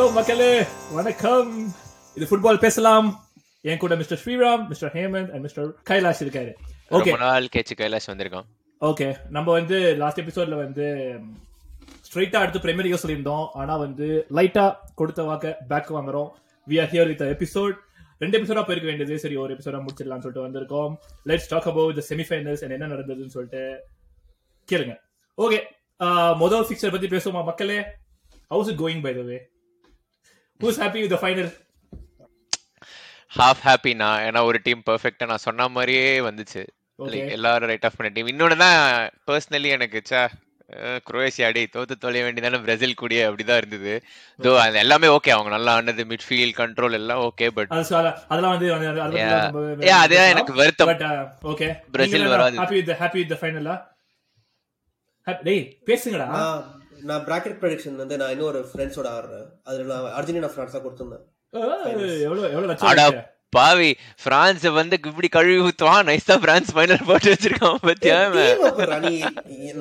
நேயர்களே வணக்கம் இது ஃபுட்பால் பேசலாம் என் கூட mister Sriram mister Hemant and mister Kailash இருக்காரு ஓகே ரொம்ப நாள் கேச்சு கைலாஷ் வந்திருக்கோம் ஓகே நம்ம வந்து லாஸ்ட் எபிசோட்ல வந்து ஸ்ட்ரைட்டா அடுத்து பிரீமியர் லீக் சொல்லியிருந்தோம் ஆனா வந்து லைட்டா கொடுத்த வாக்க பேக் வாங்குறோம் we are here with episode ரெண்டு எபிசோடா போயிருக்க வேண்டியது சரி ஒரு எபிசோடா முடிச்சிடலாம்னு சொல்லிட்டு வந்திருக்கோம் let's talk about the semifinals என்ன நடந்ததுன்னு சொல்லிட்டு கேளுங்க ஓகே முதல் ஃபிக்சர் பத்தி பேசுவோமா மக்களே how's it going by the way who's happy with final half happy நான் ஏன்னா ஒரு டீம் பெர்ஃபெக்ட்டா நான் சொன்ன மாதிரியே வந்துச்சு ஓகே லைக் எல்லாரும் ரைட் ஆஃப் பண்ண டீம் இன்னொன்னு தான் பர்சனலி எனக்கு சா அஹ், குரோவேஷியா அடி தோத்து தொலைய வேண்டியதானே பிரேசில் கூடிய அப்படிதான் இருந்தது தோ அது எல்லாமே ஓகே அவங்க நல்லா ஆனது மிட்ஃபீல்ட் கண்ட்ரோல் எல்லாம் ஓகே பட் அது சொல்ல- அதெல்லாம் வந்து அது- அது- Yeah. அதெல்லாம் நம்ம- Yeah, அதுதான் எனக்கு வருத்தம். But, uh, okay. பிரேசில் நீங்க என்ன, வராது. happy with the- happy with the final ah? Hap- டேய், பேசுங்கடா நான் நான் பிராக்கெட் ப்ரடிக்ஷன் வந்து நான் இன்னொரு ஃப்ரெண்ட்ஸோட ஆடுறேன் அதுல நான் அர்ஜென்டினா ஃப்ரான்ஸ் தான் கொடுத்துருந்தேன் ஆ, எவ்வளவு- எவ்வளவு லட்சம் அட இருக்கு? பாவி பிரான்ஸ் வந்து இப்படி கழுவி ஊத்துவான் நைஸா பிரான்ஸ் ஃபைனல் போட்டு வச்சிருக்கான் பத்தியா Team up பண்றா நீ.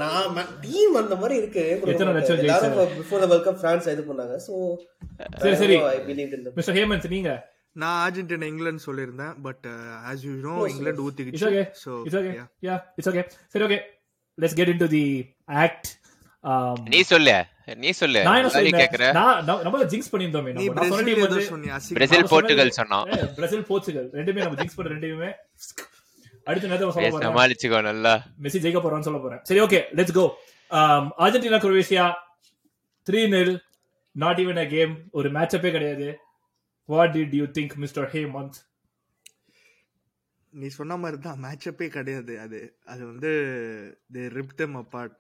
நான் ம- team அந்த மாதிரி இருக்கு கொடுக்க எத்தனை லட்சம் மாட்டாங்க. எல்லாரும் before the World Cup France இது பண்ணாங்க. So, சரி, சரி. I believed in them. Mr. Hemant, நீங்க? நான் அர்ஜென்டினா இங்கிலாந்து சொல்லியிருந்தேன் uh, but as you know England Oh, It's okay. ஊத்திக்கிச்சு so It's okay. Yeah, it's okay. சரி, okay. Let's get into the act. Um, நீ சொல்லு நீ சொல்லு நான் என்ன நீ சொல்றேன்? கேக்குற நான் நம்ம- நம்மள jinx பண்ணியிருந்தோமே நீ நம்ம. நான் சொன்ன பிரேசில் team ஏதோ வந்து- சொன்னியா பிரேசில் நம்ம போர்ட்டுகல் சொன்னது- ஏ, சொன்னான் பிரேசில், போர்ச்சுகல். ரெண்டுமே நம்ம jinx பண்ண ரெண்டுமே. அடுத்து என்னத்த சொல்ல ஏய், போறேன்? சமாளிச்சுக்கோ நல்லா மெஸ்ஸி ஜெயிக்க போறான்னு சொல்ல போறேன் சரி okay let's go Um, Argentina Croatia three nil not even a game ஒரு மேட்சப்பே கிடையாது what did you think mister Hemant நீ சொன்ன மாதிரி தான் மேட்சப்பே கிடையாது அது அது வந்து they rip them apart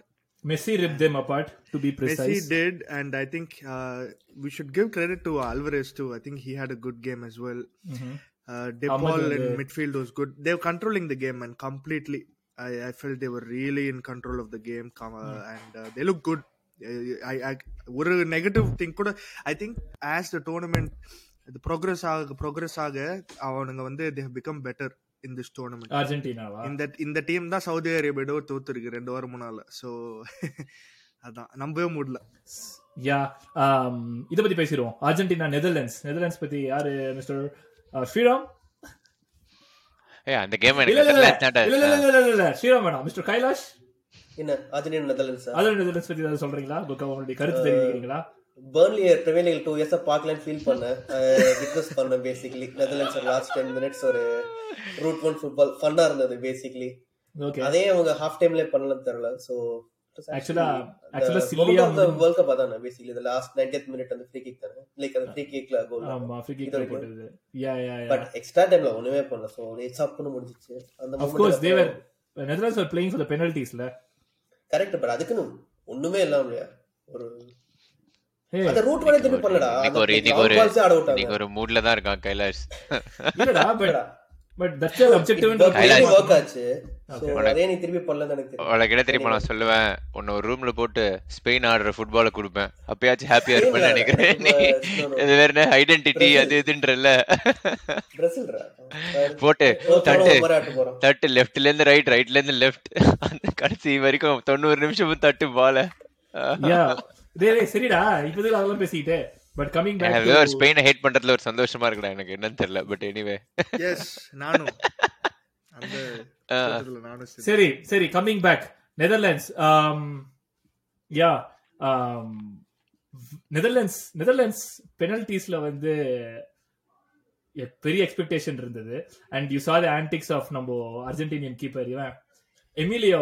Messi rip them apart to be Messi precise that and I think we should give credit to Alvarez too I think he had a good game as well Mm-hmm. Uh, De Paul in midfield was good they've controlling the game and completely I I felt they were really in control of the game and they look good ஒரு negative thing கூட I think as the tournament இது progress ஆக progress ஆக அவனுங்க வந்து they become better in this tournament அர்ஜென்டினாவா இந்த இந்த டீம் தான் சவுதி அரேபியாவோட தோத்துருக்கு ரெண்டு வாரம் மூணால ஸோ அதான் நம்பவே முடியல யா um, இத பத்தி பேசிடுவோம் அர்ஜென்டினா நெதர்லாண்ட்ஸ் நெதர்லாண்ட்ஸ் பத்தி யாரு மிஸ்டர் ஸ்ரீராம் ஏய் அந்த கேம் இல்ல இல்ல எனக்கு இல்ல இல்ல Netherlands தான்டா. இல்ல இல்ல இல்ல இல்ல ஸ்ரீராம் வேணாம் மிஸ்டர் கைலாஷ் என்ன Argentina Netherlands sir other Netherlands பத்தி ஏதாவது சொல்றீங்களா உங்களுக்கு அவங்களுடைய கருத்து தெரிவிக்கிறீங்களா Burnley Premier League two years பார்க்கலன்னு ஃபீல் பண்ணேன் விட்னஸ் பண்ணேன் பேசிக்கலி நெதர்லாண்ட்ஸ் ஒரு லாஸ்ட் டென் மினிட்ஸ் ஒரு ரூட் ஒன் ஃபுட்பால் ஃபன்னா இருந்தது பேசிக்கலி ஓகே அதே அவங்க ஹாஃப் டைம்ல பண்ணலாம் தெரியல ஸோ Actually, actually silly-ஆ முடிஞ்சு- வேர்ல்ட் கப் அதான் பேசிக்கலி இந்த லாஸ்ட் நைன்டீத் மினிட் அந்த ஃப்ரீ கிக் தானே லைக் அந்த ஃப்ரீ கிக்ல கோல் ஆமா ஃப்ரீ இது வரைக்கும். போட்டது yeah yeah yeah but extra டைம்ல ஒண்ணுமே பண்ணல ஸோ ரேட்ஸ் அப்னு முடிஞ்சிச்சு அந்த Of course, they were Netherlands were playing for the penalties, la. Correct but அதுக்குன்னு ஒண்ணுமே இல்லாம இல்லையா ஒரு Hey, அந்த ரூட் வரை திருப்பி பண்ணலடா இன்னைக்கு ஒரு இன்னைக்கு ஒரு அந்த பால்ஸ் ஆட இன்னைக்கு விட்டாங்க ஒரு மூட்ல தான் இருக்கான் கைலாஷ் இல்லடா, but but that's their objective. and Highlights. Work ஆச்சு சோ Okay. அதே நீ திருப்பி பண்ணலன்னு எனக்கு தெரியும் உனக்கு என்ன தெரியுமா நான் சொல்லுவேன் உன்னை ஒரு ரூம்ல போட்டு ஸ்பெயின் ஆடுற ஃபுட்பால கொடுப்பேன் அப்பயாச்சும் ஹாப்பியா இருப்பேன்னு நினைக்கிறேன் நீ இது வேற என்ன ஐடென்டிட்டி அது இதுன்றல பிரசில்ரா போட்டு தட்டு போராட்டு போறோம் தட்டு லெஃப்ட்ல இருந்து ரைட் ரைட்ல இருந்து லெஃப்ட் அந்த கடைசி வரைக்கும் தொண்ணூறு நிமிஷமும் தட்டு பால Yeah. டேய், டேய், சரிடா, இப்போதைக்கு அதெல்லாம் பேசிக்கிட்டு. But coming back எனக்கு to- ஒரு ஸ்பெயினை ஹேட் பண்றதுல ஒரு சந்தோஷமா இருக்குடா எனக்கு என்னன்னு தெரியல பட் எனிவே எஸ் நானும் அந்த கூட்டத்துல நானும் சேர்ந்தேன். சரி, சரி, coming back. Netherlands, um, yeah, um, Netherlands- Netherlands penalties ல வந்து எ- பெரிய எக்ஸ்பெக்டேஷன் இருந்தது and you saw the antics of நம்ம அர்ஜென்டினியன் கீப்பர் இவன் எமிலியோ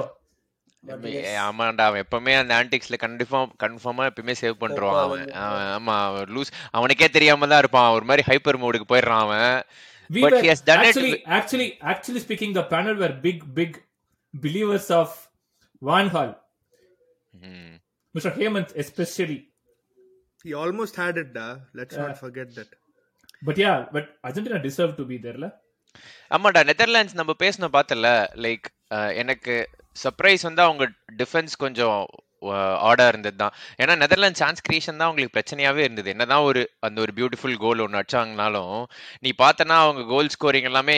ஆமாண்டா அவன் எப்பவுமே அந்த ஆன்டிக்ஸ்ல கண்டிப்பா கன்ஃபார்மா எப்பவுமே சேவ் பண்றான் அவன் அவன், ஆமா அவன் லூஸ் அவனுக்கே தெரியாம தான் இருப்பான் ஒரு மாதிரி ஹைப்பர் மோடுக்கு போயிடுறான் அவன் we But were he has done it actually, with- actually, actually speaking, the panel were big, big believers of Van Hal, ம். Mr. Hemant especially. He almost had it, da. Let's not forget that. But yeah, but Argentina deserved to be there, la. ஆமாடா Netherlands நம்ம பேசணும் பார்த்தல like எனக்கு surprise வந்து அவங்க defence கொஞ்சம் ஆர்டா இருந்தது தான் ஏன்னா நெதர்லாண்ட் சான்ஸ் கிரியேஷன் தான் அவங்களுக்கு பிரச்சனையாவே இருந்தது என்னதான் ஒரு அந்த ஒரு பியூட்டிஃபுல் கோல் ஒன்று அடிச்சாங்கனாலும் நீ பார்த்தனா அவங்க கோல் ஸ்கோரிங் எல்லாமே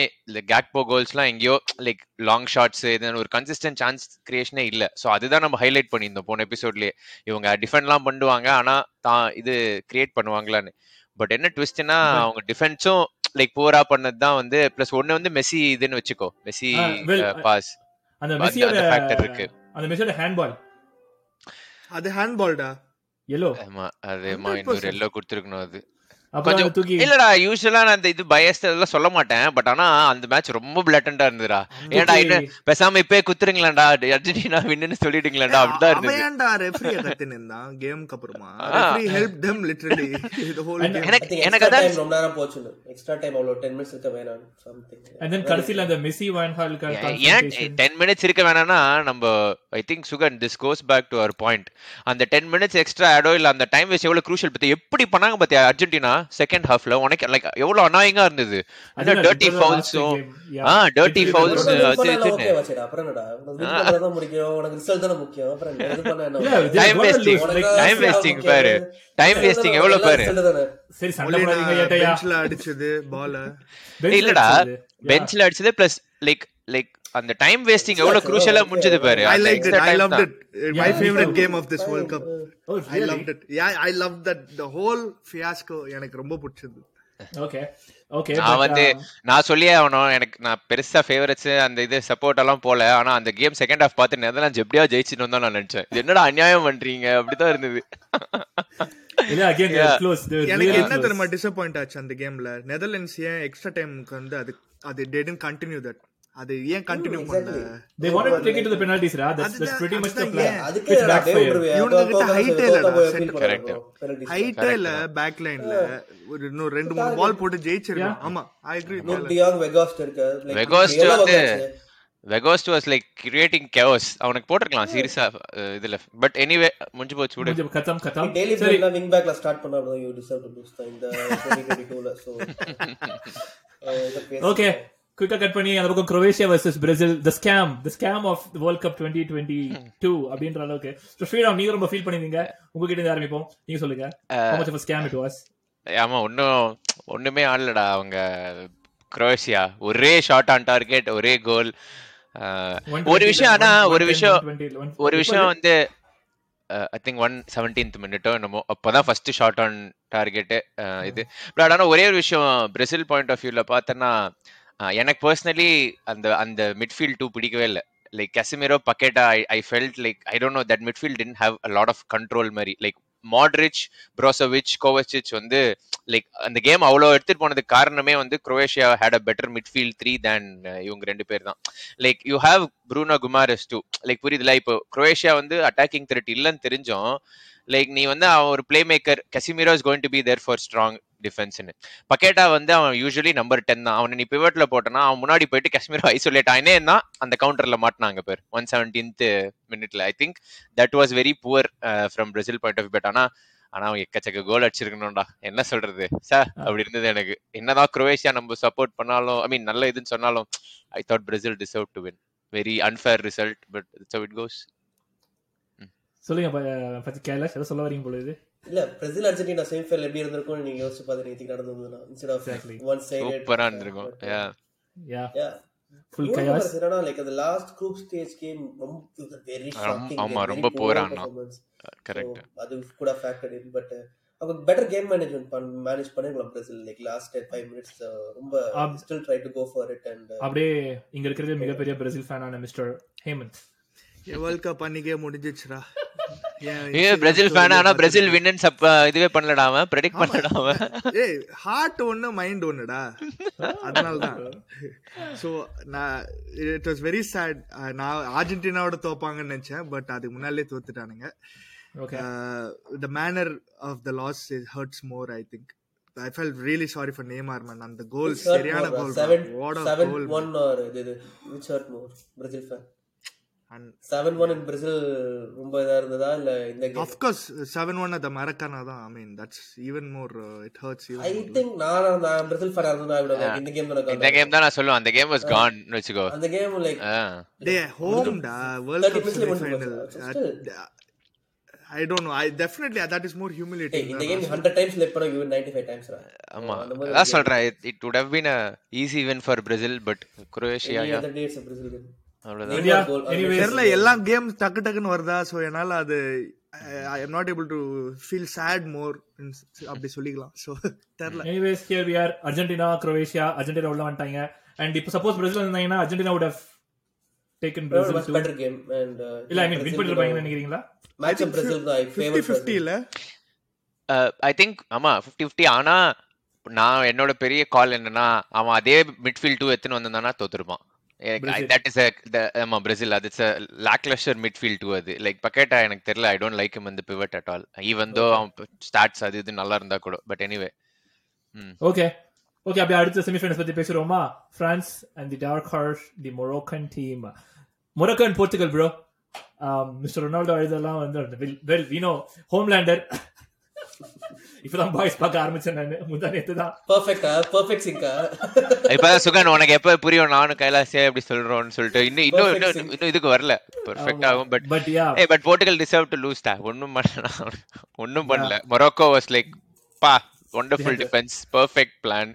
கேக்போ கோல்ஸ்லாம் எங்கேயோ லைக் லாங் ஷாட்ஸ் இது ஒரு கன்சிஸ்டன்ட் சான்ஸ் கிரியேஷனே இல்லை ஸோ அதுதான் நம்ம ஹைலைட் பண்ணியிருந்தோம் போன எபிசோட்லயே இவங்க டிஃபெண்ட்லாம் பண்ணுவாங்க ஆனா தான் இது கிரியேட் பண்ணுவாங்களான்னு பட் என்ன ட்விஸ்ட்னா அவங்க டிஃபென்ஸும் லைக் புவரா பண்ணது தான் வந்து பிளஸ் ஒன்னு வந்து மெஸ்ஸி இதுன்னு வச்சுக்கோ மெஸ்ஸி ஆ, well, பாஸ் அந்த அந்த மெஸ்ஸியோட ஃபேக்டர் இருக்கு அந்த மெஸ்ஸியோட ஹேண்ட்பால் அது ஹேண்ட்பால்டா எல்லோ ஆமா அது 100% இன்னொரு எல்லோ கொடுத்துருக்கணும் அது அப்புறம் கொஞ்சம் அதை தூக்கி இல்லடா யூஸ்வலா நான் இந்த இது பயஸ்ட் அதெல்லாம் சொல்ல மாட்டேன் பட் ஆனா அந்த மேட்ச் ரொம்ப பிளட்டண்டா இருந்துடா ஏன்டா தூக்கி- இது பேசாம இப்பயே குத்துருங்களாடா அர்ஜென்டினா வின்னு சொல்லிடுங்களாடா அப்படிதான் இருந்தது அவையாண்டா ரெஃப்ரிய கத்தினான் கேம்க்கு அப்புறமா ஆ. ரெஃப்ரி ஹெல்ப் டெம் லிட்டரலி இது ஹோல் And- கேம் எனக்கு எனக்கு அதான் டைம் ரொம்ப நேரம் போச்சுன்னு எக்ஸ்ட்ரா டைம் அவ்வளவு டென் மினிட்ஸ் இருக்க வேணாம் அண்ட் தென் சம்திங் கடைசியில அந்த மெஸ்ஸி வான் ஹால் ஏன் டென் மினிட்ஸ் இருக்க வேணாம்னா நம்ம ஐ திங்க் சுகன் this goes back to our point அந்த டென் மினிட்ஸ் எக்ஸ்ட்ரா ஆடோ இல்ல அந்த டைம் வேஸ்ட் எவ்வளவு க்ரூஷியல் பத்தி எப்படி பண்ணாங்க பாத்தியா அர்ஜென்டினா செகண்ட் ஹாஃப்ல உனக்கு லைக் எவ்வளவு அனாயிங்கா இருந்தது அந்த டர்ட்டி ஃபவுல்ஸும் ஆ டர்ட்டி It's ஃபவுல்ஸ் not அது இதுன்னு அப்புறம் என்னடா உனக்கு win பண்ணாதான் முக்கியம் உனக்கு ரிசல்ட் தானே முக்கியம் அப்புறம் என்ன? இது பண்ண என்ன? Yeah, time Goal wasting lose, உனக்கு like, டைம் தான் வேஸ்டிங் முக்கியம். பாரு டைம் Result வேஸ்டிங் தானே, எவ்வளவு பாரு result தானே. சரி சண்டை போடாதீங்க ஏட்டையா பெஞ்ச்ல அடிச்சது பால Bench இல்லடா அடிச்சது. Yeah. பெஞ்ச்ல அடிச்சது பிளஸ் லைக் லைக் அந்த டைம் வேஸ்டிங் எவ்வளவு க்ரூஷியலா முடிஞ்சது பாரு ஐ அந்த like extra it I time love தான். It my Yeah, favourite yeah. Game of this world cup Oh, I really? Love it yeah I love that the whole fiasco எனக்கு ரொம்ப பிடிச்சது Okay. Okay, நான் but, வந்து um, நான் சொல்லியே ஆகணும் எனக்கு நான் பெருசா ஃபேவரட்ஸ் அந்த இது சப்போர்ட் எல்லாம் போல ஆனா அந்த கேம் செகண்ட் ஹாஃப் பார்த்து நெதர்லாந்து எப்படியா ஜெயிச்சுட்டு தான் நான் நினைச்சேன் இது என்னடா அநியாயம் பண்றீங்க அப்படிதான் இருந்தது இல்ல, uh, again, they were close. They were எனக்கு really என்ன close. தெரியுமா டிசப்பாயிண்ட் ஆச்சு அந்த கேம்ல நெதர்லாண்ட்ஸ் ஏன் எக்ஸ்ட்ரா டைம்க்கு வந்து அது அது டெடன் கண்டினியூ தட் அது ஏன் கண்டினியூ பண்ணல They wanted to take it to the penalties, ra. That's- that's pretty much the அதுதான் plan. ஏன். அதுக்கு Which என்னடா backfired. தேவ் பிரியா? இவனுங்க தோத்தா போய் கிட்ட height தோத்தா இல்லடா, போய் set feel பண்ணாரு correct. bro. Penalties. ஹைட்டேல பேக் லைன்ல ஒரு இன்னும் ரெண்டு மூணு பால் போட்டு ஜெயிச்சிருக்கான் ஆமா I agree Luke de Jong, Weghorst இருக்கு. Like, வெகோஸ்ட் எவ்வளவு வந்து ஆச்சு? Weghorst was like creating chaos அவனுக்கு போட்டிருக்கலாம் சீரியஸா இதுல பட் எனிவே முடிஞ்சு போச்சு விடு கொஞ்சம் கத்தம், கத்தம். டெய்லி சரி, பிரெண்ட்லாம் wing backல start பண்ணா அப்புறம் you deserve to lose தான் இந்த 2022 ல. So, அஹ் இதை பேச- okay. Quick-ஆ cut பண்ணி, அந்த பக்கம் Croatia versus Brazil. The scam. The scam of the World Cup 2022 Hmm. அப்படின்ற அளவுக்கு. So, ஸ்ரீராம், நீங்க ரொம்ப feel பண்ணிருந்தீங்க. உங்ககிட்ட இருந்து ஆரம்பிப்போம். நீங்க சொல்லுங்க. How much of a scam it was? ஆமா ஒன்னும் ஒண்ணுமே ஆடலடா அவங்க குரோஷியா ஒரே ஷார்ட் ஆன் டார்கெட் ஒரே கோல் ஒரு 120, விஷயம் ஆனா ஒரு 110, விஷயம் 120, 140. ஒரு விஷயம் வந்து ஐ திங்க் ஒன் செவன்டீன்த் மினிட்டோ என்னமோ அப்பதான் ஃபர்ஸ்ட் ஷார்ட் ஆன் டார்கெட்டு இது பட் ஆனால் ஒரே ஒரு விஷயம் பிரசில் பாயிண்ட் ஆஃப் வியூவில் பார்த்தேன்னா அஹ், எனக்கு பர்சனலி அந்த அந்த மிட்ஃபீல்ட் டூ பிடிக்கவே இல்லை like Casemiro Paqueta I I felt like I don't know that midfield tent have a lot of control மாதிரி லைக் மாட்ரிச் ப்ரோசோவிச் கோவச்சிச் வந்து லைக் அந்த கேம் அவ்வளோ எடுத்துட்டு போனதுக்கு காரணமே வந்து Croatia had a better midfield three than இவங்க ரெண்டு பேர் தான் like you have Bruno Guimaraes too like புரியுதுல இப்போ குரோவேஷியா வந்து அட்டாக்கிங் த்ரெட் இல்லைன்னு தெரிஞ்சோம் லைக் நீ வந்து அவன் ஒரு playmaker Casemiro is going to be there for strong டிஃபென்ஸ்னு பக்கேட்டா வந்து அவன் யூஸ்வலி நம்பர் டென் தான் அவனை நீ பிவட்ல போட்டனா அவன் முன்னாடி போயிட்டு கஷ்மீர் ஐசோலேட் ஆயினே தான் அந்த கவுண்டர்ல மாட்டினாங்க பேர் ஒன் செவன்டீன்த் மினிட்ல I think that was very poor from Brazil point of but ஆனா ஆனா அவன் எக்கச்சக்க கோல் அடிச்சிருக்கணும்டா என்ன சொல்றது சார் அப்படி இருந்தது எனக்கு என்னதான் குரோவேஷியா நம்ம சப்போர்ட் பண்ணாலும் ஐ மீன் நல்ல இதுன்னு சொன்னாலும் I thought Brazil deserve to win very unfair result but it's it goes சொல்லுங்க ப- பத்தி கைலாஷ் ஏதோ சொல்ல வரீங்க போல இது இல்ல பிரேசில் அர்ஜென்டினா செமிஃபைனல் எப்படி இருந்திருக்கும் நீங்க யோசிச்சு பாத்தீங்க இதுக்கு நடந்ததுன்னா instead of Exactly. One sided சூப்பரா இருந்திருக்கும் uh, Yeah. Yeah full full Kailash என்னன்னா லைக் அந்த லாஸ்ட் குரூப் ஸ்டேஜ் கேம் ரொம்ப வெரி ஷாக்கிங் ஆமா, ரொம்ப poor ஆனா. கரெக்ட் கரெக்ட் அது கூட ஃபேக்டர் இன் பட் அவங்க பெட்டர் கேம் மேனேஜ்மெண்ட் பண் மேனேஜ் பண்ணிருக்கலாம் பிரேசில் லைக் லாஸ்ட் 5 மினிட்ஸ் ரொம்ப ஆம். Still try to go for it and அப்படியே இங்க இருக்கிறது மிகப்பெரிய பிரேசில் ஃபேனான மிஸ்டர் ஹேமந்த் வேர்ல்ட் கப் அன்னைக்கே முடிஞ்சிச்சுடா ஏன் ஏ Instagram பிரேசில் story ஃபேன் ஆனா பார்த்துட்டு- பிரேசில் வின்னன்ஸ் அப்ப இதுவே பண்ணலடா அவன் ப்ரெடிக்ட் பண்ணலடா அவன் ஏய் ஹார்ட் ஒண்ணு மைண்ட் ஒண்ணுடா அதனால தான் சோ நான் இட் வாஸ் வெரி சேட் நான் அர்ஜென்டினாவோட தோப்பாங்கன்னு நினைச்சேன் பட் அதுக்கு முன்னாலே தோத்துட்டானுங்க okay the manner of the loss hurts more I think I felt really sorry for Neymar man அந்த கோல் சரியான goal seven goal one or இது which hurt more Brazil fan and seven one in Brazil ரொம்ப இதா இருந்ததா இல்ல இந்த game of course seven one அது Maracana தான் I mean that's even more it hurts I think நான் நான் பிரேசில் ஃபேன் இருந்தா இவ்வளவு இந்த கேம் இந்த Uh, தான் கேம் தான் நான் சொல்லுவேன் அந்த கேம் வாஸ் கான் வெச்சுக்கோ அந்த கேம் லைக் ஆ. டே ஹோம்டா வேர்ல்ட் 30 கப் minutes ல முடிஞ்சு ஃபைனல் போச்சு. Still. I don't know I definitely that is more ஏய், இந்த ஹியூமிலேட்டிங் கேம் ஹண்ட்ரட் டைம்ஸ் லெப் பண்ண இவன் நைன்டி ஃபைவ் டைம்ஸ் ஆமா அதான் சொல்றேன் it would have been a easy win for Brazil but Croatia அவ்வளவுதான் Yeah, அவ்வளவுதான் anyways. தெரியல எல்லா கேம் டக்கு டக்குன்னு வருதா சோ என்னால அது I am not able to feel sad more அப்படி சொல்லிக்கலாம் ஸோ தெரில anyways here we are Argentina Croatia Argentina உள்ள வந்துட்டாங்க அண்ட் இப்போ சப்போஸ் பிரேசில் இருந்தாங்கன்னா Argentina would have taken Brazil to better game and இல்ல ஐ மீன் வின் பண்ணிருப்பாங்க நினைக்கிறீங்களா மேட்ச் பிரேசில் தான் ஐ ஃபிஃப்டி ஃபேவர் ஃபிஃப்டி இல்லை ஐ திங்க் ஆமா ஃபிஃப்டி ஃபிஃப்டி ஆனா நான் என்னோட பெரிய கால் என்னன்னா அவன் அதே மிட்ஃபீல்ட் டூ எத்தனை வந்திருந்தானா தோத்துருப்பான் Brazil. தட் இஸ் ஆமா பிரேசில் அது இட்ஸ் லாக்லஷர் மிட்ஃபீல்ட் டூ அது லைக் பக்கெட்டா எனக்கு தெரியல ஐ டோன்ட் லைக் him இந்த pivot at all even though அவன் ஸ்டாட்ஸ் அது இது நல்லா இருந்தா கூட பட் எனிவே ஓகே ஓகே அப்படியே அடுத்த செமிஃபைனல்ஸ் பத்தி பேசுறோமா France and the dark horse the Moroccan team Morocco and Portugal bro mister Ronaldo எழுதெல்லாம் வந்து வெல் வீனோ ஹோம்லேண்டர் இப்பதான் பாய்ஸ் பார்க்க ஆரம்பிச்சேன் நான் முந்தா நேத்து தான் பர்ஃபெக்ட்டா பர்ஃபெக்ட் சிங்கா uh. இப்பதான் சுகன் உனக்கு எப்ப புரியும் நானும் கைலாசியா எப்படி சொல்றோம்னு சொல்லிட்டு இன்னும் இன்னும் Perfect இன்னும் இன்னும் இதுக்கு வரல பெர்ஃபெக்ட் ஆகும் பட் பட் யா Oh. ஏய் but Portugal deserve to lose டா ஒண்ணும் பண்ணல ஒண்ணும் பண்ணல மொரோக்கோ வாஸ் லைக் பா wonderful defence perfect plan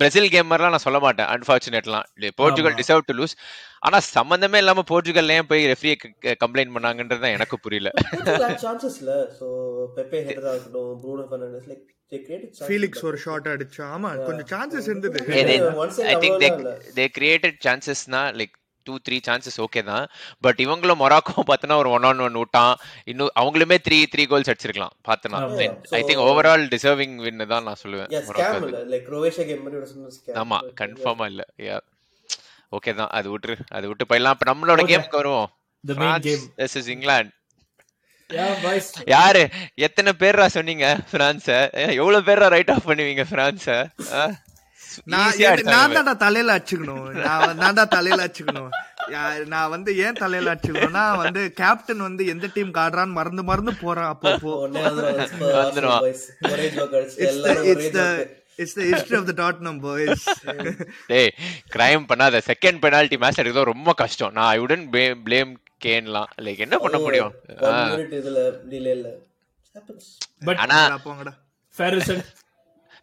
Brazil கேமர்லாம் நான் சொல்ல மாட்டேன் அன்ஃபார்ச்சுனேட்லாம் போர்ச்சுகல் ஆமா. டிசர்வ் டு லூஸ் ஆனா சம்பந்தமே இல்லாம போர்ச்சுகல் ஏன் போய் ரெஃப்ரியை கம்ப்ளைண்ட் பண்ணாங்கன்றது தான் எனக்கு புரியல சான்சஸ்ல சோ பெப்பே ஹெட்டரா இருக்கட்டும் Bruno Fernandes like they created Felix ஒரு ஷார்ட் அடிச்சான் ஆமா கொஞ்சம் சான்சஸ் இருந்தது Yeah, they- Once in I a think while they இல்ல. they created chances னா like two three chances okay தான் பட் இவங்களும் மொராக்கோ பார்த்தனா ஒரு ஒன் ஆன் ஒன் விட்டான் இன்னும் அவங்களுமே த்ரீ த்ரீ கோல்ஸ் அடிச்சிருக்கலாம் பார்த்தனா ஆமா. I think overall deserving win தான் நான் சொல்லுவேன் யா மொராக்கோ ஸ்கேம் இல்ல லைக் ரோவேஷியா கேம் மாதிரி ஒரு சின்ன ஸ்கேம் ஆமா கன்ஃபார்மா இல்ல யா ஓகே தான் அது விட்டுரு அது விட்டு போயிடலாம் அப்ப நம்மளோட Okay. கேமுக்கு வருவோம் The main game. France versus England yeah boys யாரு எத்தனை பேர்ரா சொன்னீங்க பிரான்ஸ எவ்வளவு பேர்ரா ரைட் ஆஃப் பண்ணுவீங்க பிரான்ஸ நான் எது- நான் தான்டா தலையில அடிச்சுக்கணும் நான் வந்து- நான் தான் தலையில அடிச்சுக்கணும் யா- நான் வந்து ஏன் தலையில அடிச்சுக்கணும்னா வந்து கேப்டன் வந்து எந்த டீம் காடுறான்னு மறந்து மறந்து போறான் அப்போ அப்போ ஒண்ணே வந்துரும் வந்துருவான். ஒரே ஜோக் அடிச்சு இட்ஸ் த எல்லாரும் ஒரே it's the joke it's the history of the dot number டேய் கிரைம் பண்ணாத செகண்ட் பெனால்டி மேட்ச் எடுக்கிறது ரொம்ப கஷ்டம் நான் ஐ உடன் பிளேம் கேன்லாம் லைக் என்ன Oh, பண்ண முடியும் ஒன் மினிட் இதுல டிலே இல்ல happens பட் ஆனா போங்கடா fair result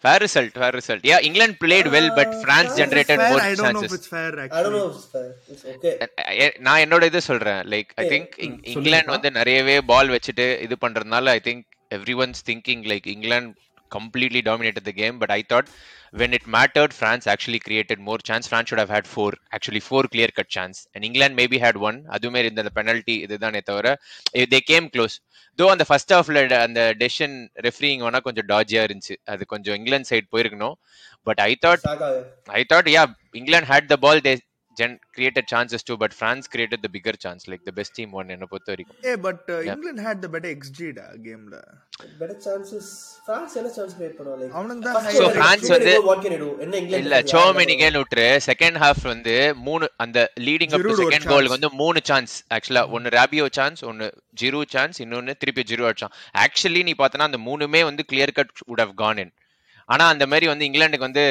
fair result fair result yeah England played well but France generated far more I don't know chances it's fair I don't know if it's fair. It's okay. I- நான் என்னோட இது சொல்றேன் like I think England வந்து நிறையவே ball வச்சுட்டு இது பண்றதுனால I think everyone's thinking like England completely dominated the game but I thought when it mattered France actually created more chance France should have had four actually four clear cut chance and England maybe had one அதுவுமே இருந்த அந்த penalty இதுதானே தவிர eh, they game close though அந்த first ஹாஃப்ல அந்த decision referring வேணா கொஞ்சம் டாஜியா இருந்துச்சு அது கொஞ்சம் இங்கிலாந்து சைடு போயிருக்கணும் but I thought Saka. I thought, yeah, England had the ball. They gen- created chances too, but France created the bigger chance. Like the best team won. என்ன பொறுத்த வரைக்கும் ஏ but England had the better xG டா கேம்ல Better chances. France என்ன chance create பண்ணுவா, like? அவனுக்கு தான் First high- So, over, France two minute வந்து- goal, what can you do? என்ன England இல்ல இருக்கு? சோமெனிகேன் விட்டுரு செகண்ட் ஹாஃப் வந்து மூணு அந்த லீடிங் அப் Giroud ஒரு செகண்ட் chance. கோலுக்கு வந்து மூணு சான்ஸ் ஆக்சுவலா ஒன்னு ராபியோ சான்ஸ் ஒன்னு ஜிரு சான்ஸ் இன்னொன்னு திருப்பி ஜிரு அடிச்சான் ஆக்சுவலி நீ பார்த்தனா அந்த மூணுமே வந்து clear cut would have gone in ஆனா அந்த மாதிரி வந்து இங்கிலாந்துக்கு வந்து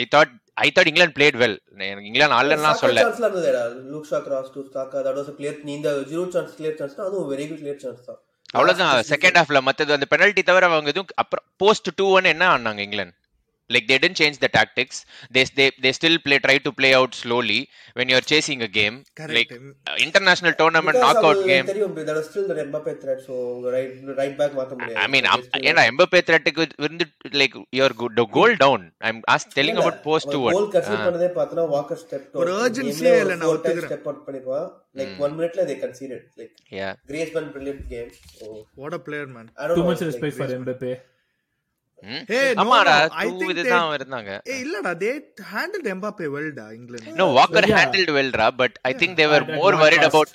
I thought I thought England played well எனக்கு இங்கிலாந்து ஆளுலாம் Saka சொல்ல chance லாம் இருந்ததேடா. Luke Shaw cross to Saka. That was a clear- நீ இந்த Giroud chance clear chance தான். அதுவும் very good clear chance தான். அவ்வளவுதான் செகண்ட் ஹாஃப்ல மத்தது அந்த பெனல்ட்டி தவிர அவங்க எதுவும் அப்புறம் போஸ்ட் டூ ஒன் என்ன ஆனாங்க England like they didn't change the tactics they they they still play try to play out slowly when you are chasing a game Correct. Like international tournament Because knock out அவங்களுக்கு game தெரியும் bro, that was still the Mbappe threat, so உங்க right- right back மாத்த முடியாது. ஐ மீன் They still- ஏன்னா Mbappe த்ரெட்டுக்கு இருந்து like your good goal down I am as telling about post அவன் two goal one concede பண்ணதே பார்த்தனா Walker stepped out. ஒரு Game urgency-யே ல இல்ல, ஒரு நான் four times ஒத்துக்கிறேன். step out பண்ணிருப்பான். Like one minute ல they conceded. Like, யா Griezmann brilliant game. So, what a player man I don't too know, much like, respect for Mbappe hey Hmm? ஆமாடா ஆமாடா ஐ டூ திங்க் இதுதான் இருந்தாங்க ஏ இல்லடா தே ஹேண்டில் எம்பாப்பே வெல்டா England No, Walker yeah. handled well, Ra, but I think they were At- at more what worried cost? about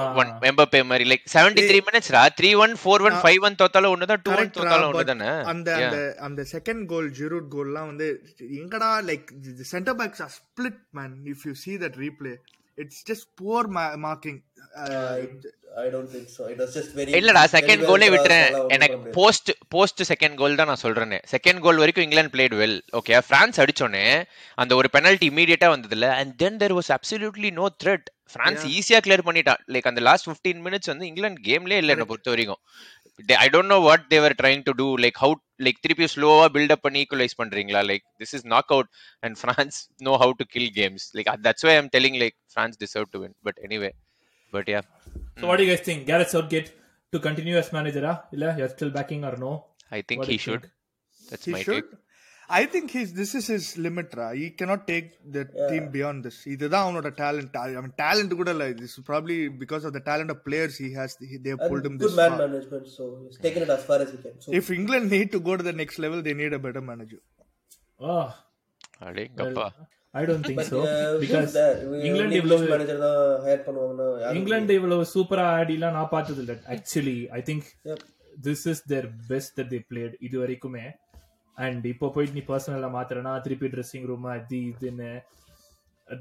Ah. one Mbappe மாதிரி like 73 minutes Ra, 3-1, 4-1, 5-1 தோத்தாலும் ஒண்ணுதான், 2-1 Correct, தோத்தாலும் Rob, but ஒண்ணுதானே? அந்த Yeah. அந்த அந்த second goal ஜிரூட் கோல்லாம் வந்து எங்கடா like centre backs are split man if you see that replay it's just poor marking I don't think so. It was just very. இல்லடா செகண்ட் very well கோலே crossed, விட்டுறேன் அதெல்லாம் ஒண்ணும் எனக்கு பண்ண முடியாது. போஸ்ட் போஸ்ட் செகண்ட் கோல் தான் நான் சொல்றேனே செகண்ட் கோல் வரைக்கும் England played well okay France அடிச்சோனே அந்த ஒரு பெனல்ட்டி இமீடியட்டா வந்ததுல and then there was absolutely no threat France ஈஸியா கிளியர் பண்ணிட்டான் லைக் அந்த லாஸ்ட் 15 மினிட்ஸ் வந்து இங்கிலாந்து கேம்லயே இல்ல என்ன பொறுத்த வரைக்கும் I don't know what they're trying to do like how like திருப்பி ஸ்லோவா பில்டப் பண்ணி ஈக்குவலைஸ் பண்றீங்களா like this is knock out and France know how to kill games like that's why I'm telling like France deserve to win but anyway but yeah So what do you guys think? Gareth Southgate, 2 to continue as manager? ah? இல்ல you're still backing or no? I think What do he you think? should. That's He my should. take. I think he's this is his limit, Ra. He cannot take the team beyond this. இதுதான் அவனோட talent. I mean, talent கூட இல்ல. This is probably because of the talent of players he has. He, they have And pulled him good this man far. management, so he's taken it as far as he can. So If England need to go to the next level, they need a better manager. Oh, அடேங்கப்பா. I don't think so. uh, Because who's there? We- England only English இவ்வளவு manager தான் hire பண்ணுவாங்கன்னா யாரும் இங்கிலாந்து இவ்வளவு சூப்பரா ஆடிலாம் நான் பார்த்தது இல்லை actually I think this is their best that they played இது வரைக்குமே அண்ட் இப்போ போயிட்டு நீ பர்சனலா மாத்துறனா திருப்பி ட்ரெஸ்ஸிங் ரூம் அது இதுன்னு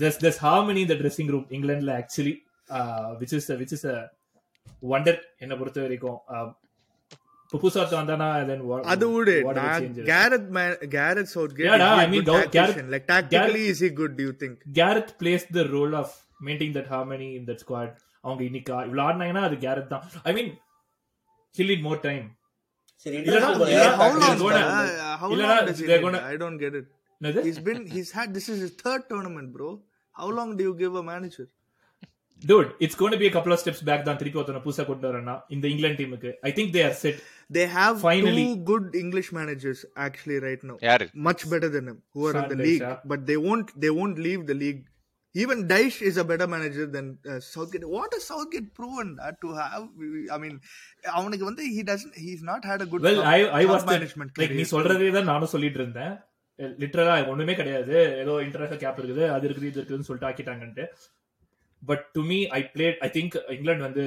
there's there's harmony in the dressing room இங்கிலாந்துல actually which is a- which is a wonder என்னை பொறுத்த வரைக்கும் Uh, இப்போ புதுசா ஒருத்தன் வந்தானா then what- அது விடு what are the நான் changes? Gareth Man- Gareth Southgate Yeah, is da, he a I mean, good Gar- tactician? Gareth- like tactically is he good do you think Gareth plays the role of maintain that harmony in that squad அவங்க இன்னைக்கு ஆ- இவ்வளவு ஆடினாங்கன்னா அது Gareth தான் I mean hill it more time சரி இல்லனா- இல்லனா இந்தியா யார் how He's long tackle gonna- da? பண்ணுவாங்க? how இல்லனா long does he they're need? gonna- I don't get it என்னது he's been he's had this is his third tournament bro how long do you give a manager dude it's going to be a couple of steps back தான் திருப்பி ஒருத்தனை புதுசா கொண்டு வரேன்னா இந்த England டீமுக்கு I think they are set They have Finally. two good English managers actually right now. யாரு? Much better than him, who are in the Sanders, league. yeah. But they won't they won't leave the league. Even Daesh is a better manager than uh, Southgate. What has Southgate proven uh, to have? I mean, அவனுக்கு வந்து he doesn't he's not had a good well club- I I club was management like நீ career. சொல்றதே தான் நானும் சொல்லிட்டு இருந்தேன் லிட்டரலா ஒண்ணுமே கிடையாது ஏதோ இன்டர்நேஷனல் கேப் இருக்குது அது இருக்குது இது இருக்குதுன்னு சொல்லிட்டு ஆக்கிட்டாங்கன்ட்டு but to me I played I think England வந்து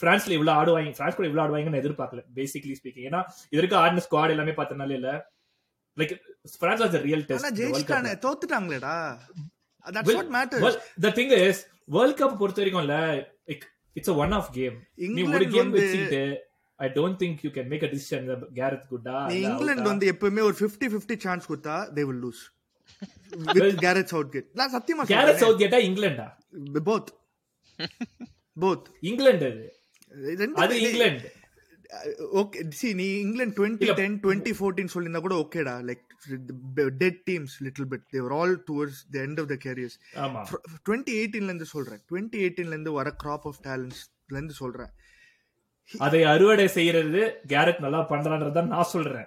பிரான்ஸ்ல இவ்வளவு ஆடுவாங்க பிரான்ஸ் கூட இவ்வளவு ஆடுவாங்கன்னு நான் எதிர்பார்க்கல பேசிக்லி ஸ்பீக்கிங் ஏன்னா இது இருக்க ஆடின ஸ்குவாட் எல்லாமே பார்த்தனால இல்ல லைக் பிரான்ஸ் வாஸ் ரியல் ஆனா டெஸ்ட் ஜெயிச்சிட்டானே தோத்துட்டாங்களேடா Uh, That's Well, what matters. Well, the thing is, World Cup பொறுத்த வரைக்கும்ல like it's a one-off game. நீ England ஒரு கேம் வந்து- வச்சுக்கிட்டு I don't think you can make a decision that Gareth good ah, நீ இல்ல இங்கிலாந்து out ah. வந்து எப்பவுமே ஒரு 50 50 சான்ஸ் கொடுத்தா they will lose with Gareth Southgate நான் சத்தியமா Gareth சொல்றேன் Southgate-ஆ இங்கிலாண்டா? போத் போத் இங்கிலாந்து அது. அது இங்கிலாந்து. ஓகே சி நீ England twenty ten twenty fourteen சொல்லியிருந்தா கூட ஓகேடா like that teams little bit they were all towards the end of the careers ஆமா. டுவெண்ட்டி எயிட்டீன்லேருந்து சொல்கிறேன் டுவெண்ட்டி எயிட்டீன்லேருந்து வர கிராப் ஆஃப் டேலண்ட்ஸ்லேருந்து சொல்கிறேன் அதை அறுவடை செய்யறது Gareth நல்லா பண்றான்றதை நான் சொல்றேன்.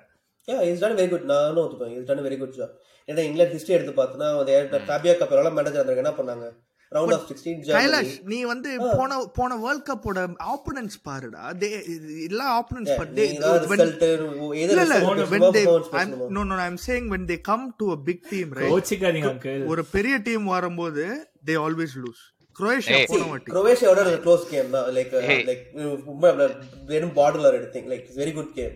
Yeah, he's done a very good. நானும் ஒத்துப்பேன். He's done a very good job. ஏன்னா இங்கிலாந்து history எடுத்து பார்த்தனா, அவங்க யார் ஃபேபியா கப்பரோல manager இருந்தாங்க, என்ன பண்ணாங்க? Round of 16 Germany. கைலாஷ் நீ வந்து போன போன வேர்ல்ட் கப்போட ஆப்பனன்ஸ் பாருடா தே எல்லா ஆப்பனன்ஸ் பட் நீ தான் result, எது இல்ல result, இல்ல performance when they I'm, பண்ணணும். no no no, I'm saying when they come to a big team right கோச்சிக்காதீங்க uncle. ஒரு பெரிய டீம் வரும்போது they always lose குரோஷியா போன வாட்டி குரோவேஷியாவோட ஒரு close game தான். Like, uh, like, uh, ரொம்ப அப்படியே வெறும் borderல ஒரு thing. Like, it's very good game.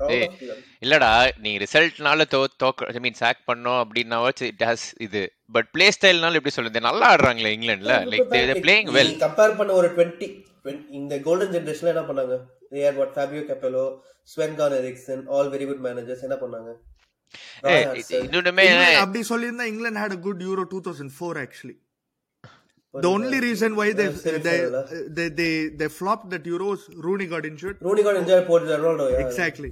Round of 16. இல்லடா நீ ரிசல்ட்னால தோ தோக்க ஐ மீன் சாக் பண்ணோம் அப்படின்னா இட் ஹாஸ் இது பட் பிளே ஸ்டைல்னால எப்படி சொல்லுது நல்லா ஆடுறாங்களே இங்கிலாந்துல லைக் தே Like, பிளேயிங் நீ வெல் compare பண்ண ஒரு 20 when- இந்த golden generationல என்ன பண்ணாங்க? They had what, Fabio Capello, Sven Goran Eriksson, all very good managers. என்ன பண்ணாங்க? Roy Hodgson. இன்னொன்னுமே England, அப்படி சொல்லியிருந்தா England had a good Euro two thousand four actually The uh, only reason why they they uh, they they, they flopped that Euros, Rooney got injured. Rooney got injured, போட்டு Ronaldo, yeah. Exactly.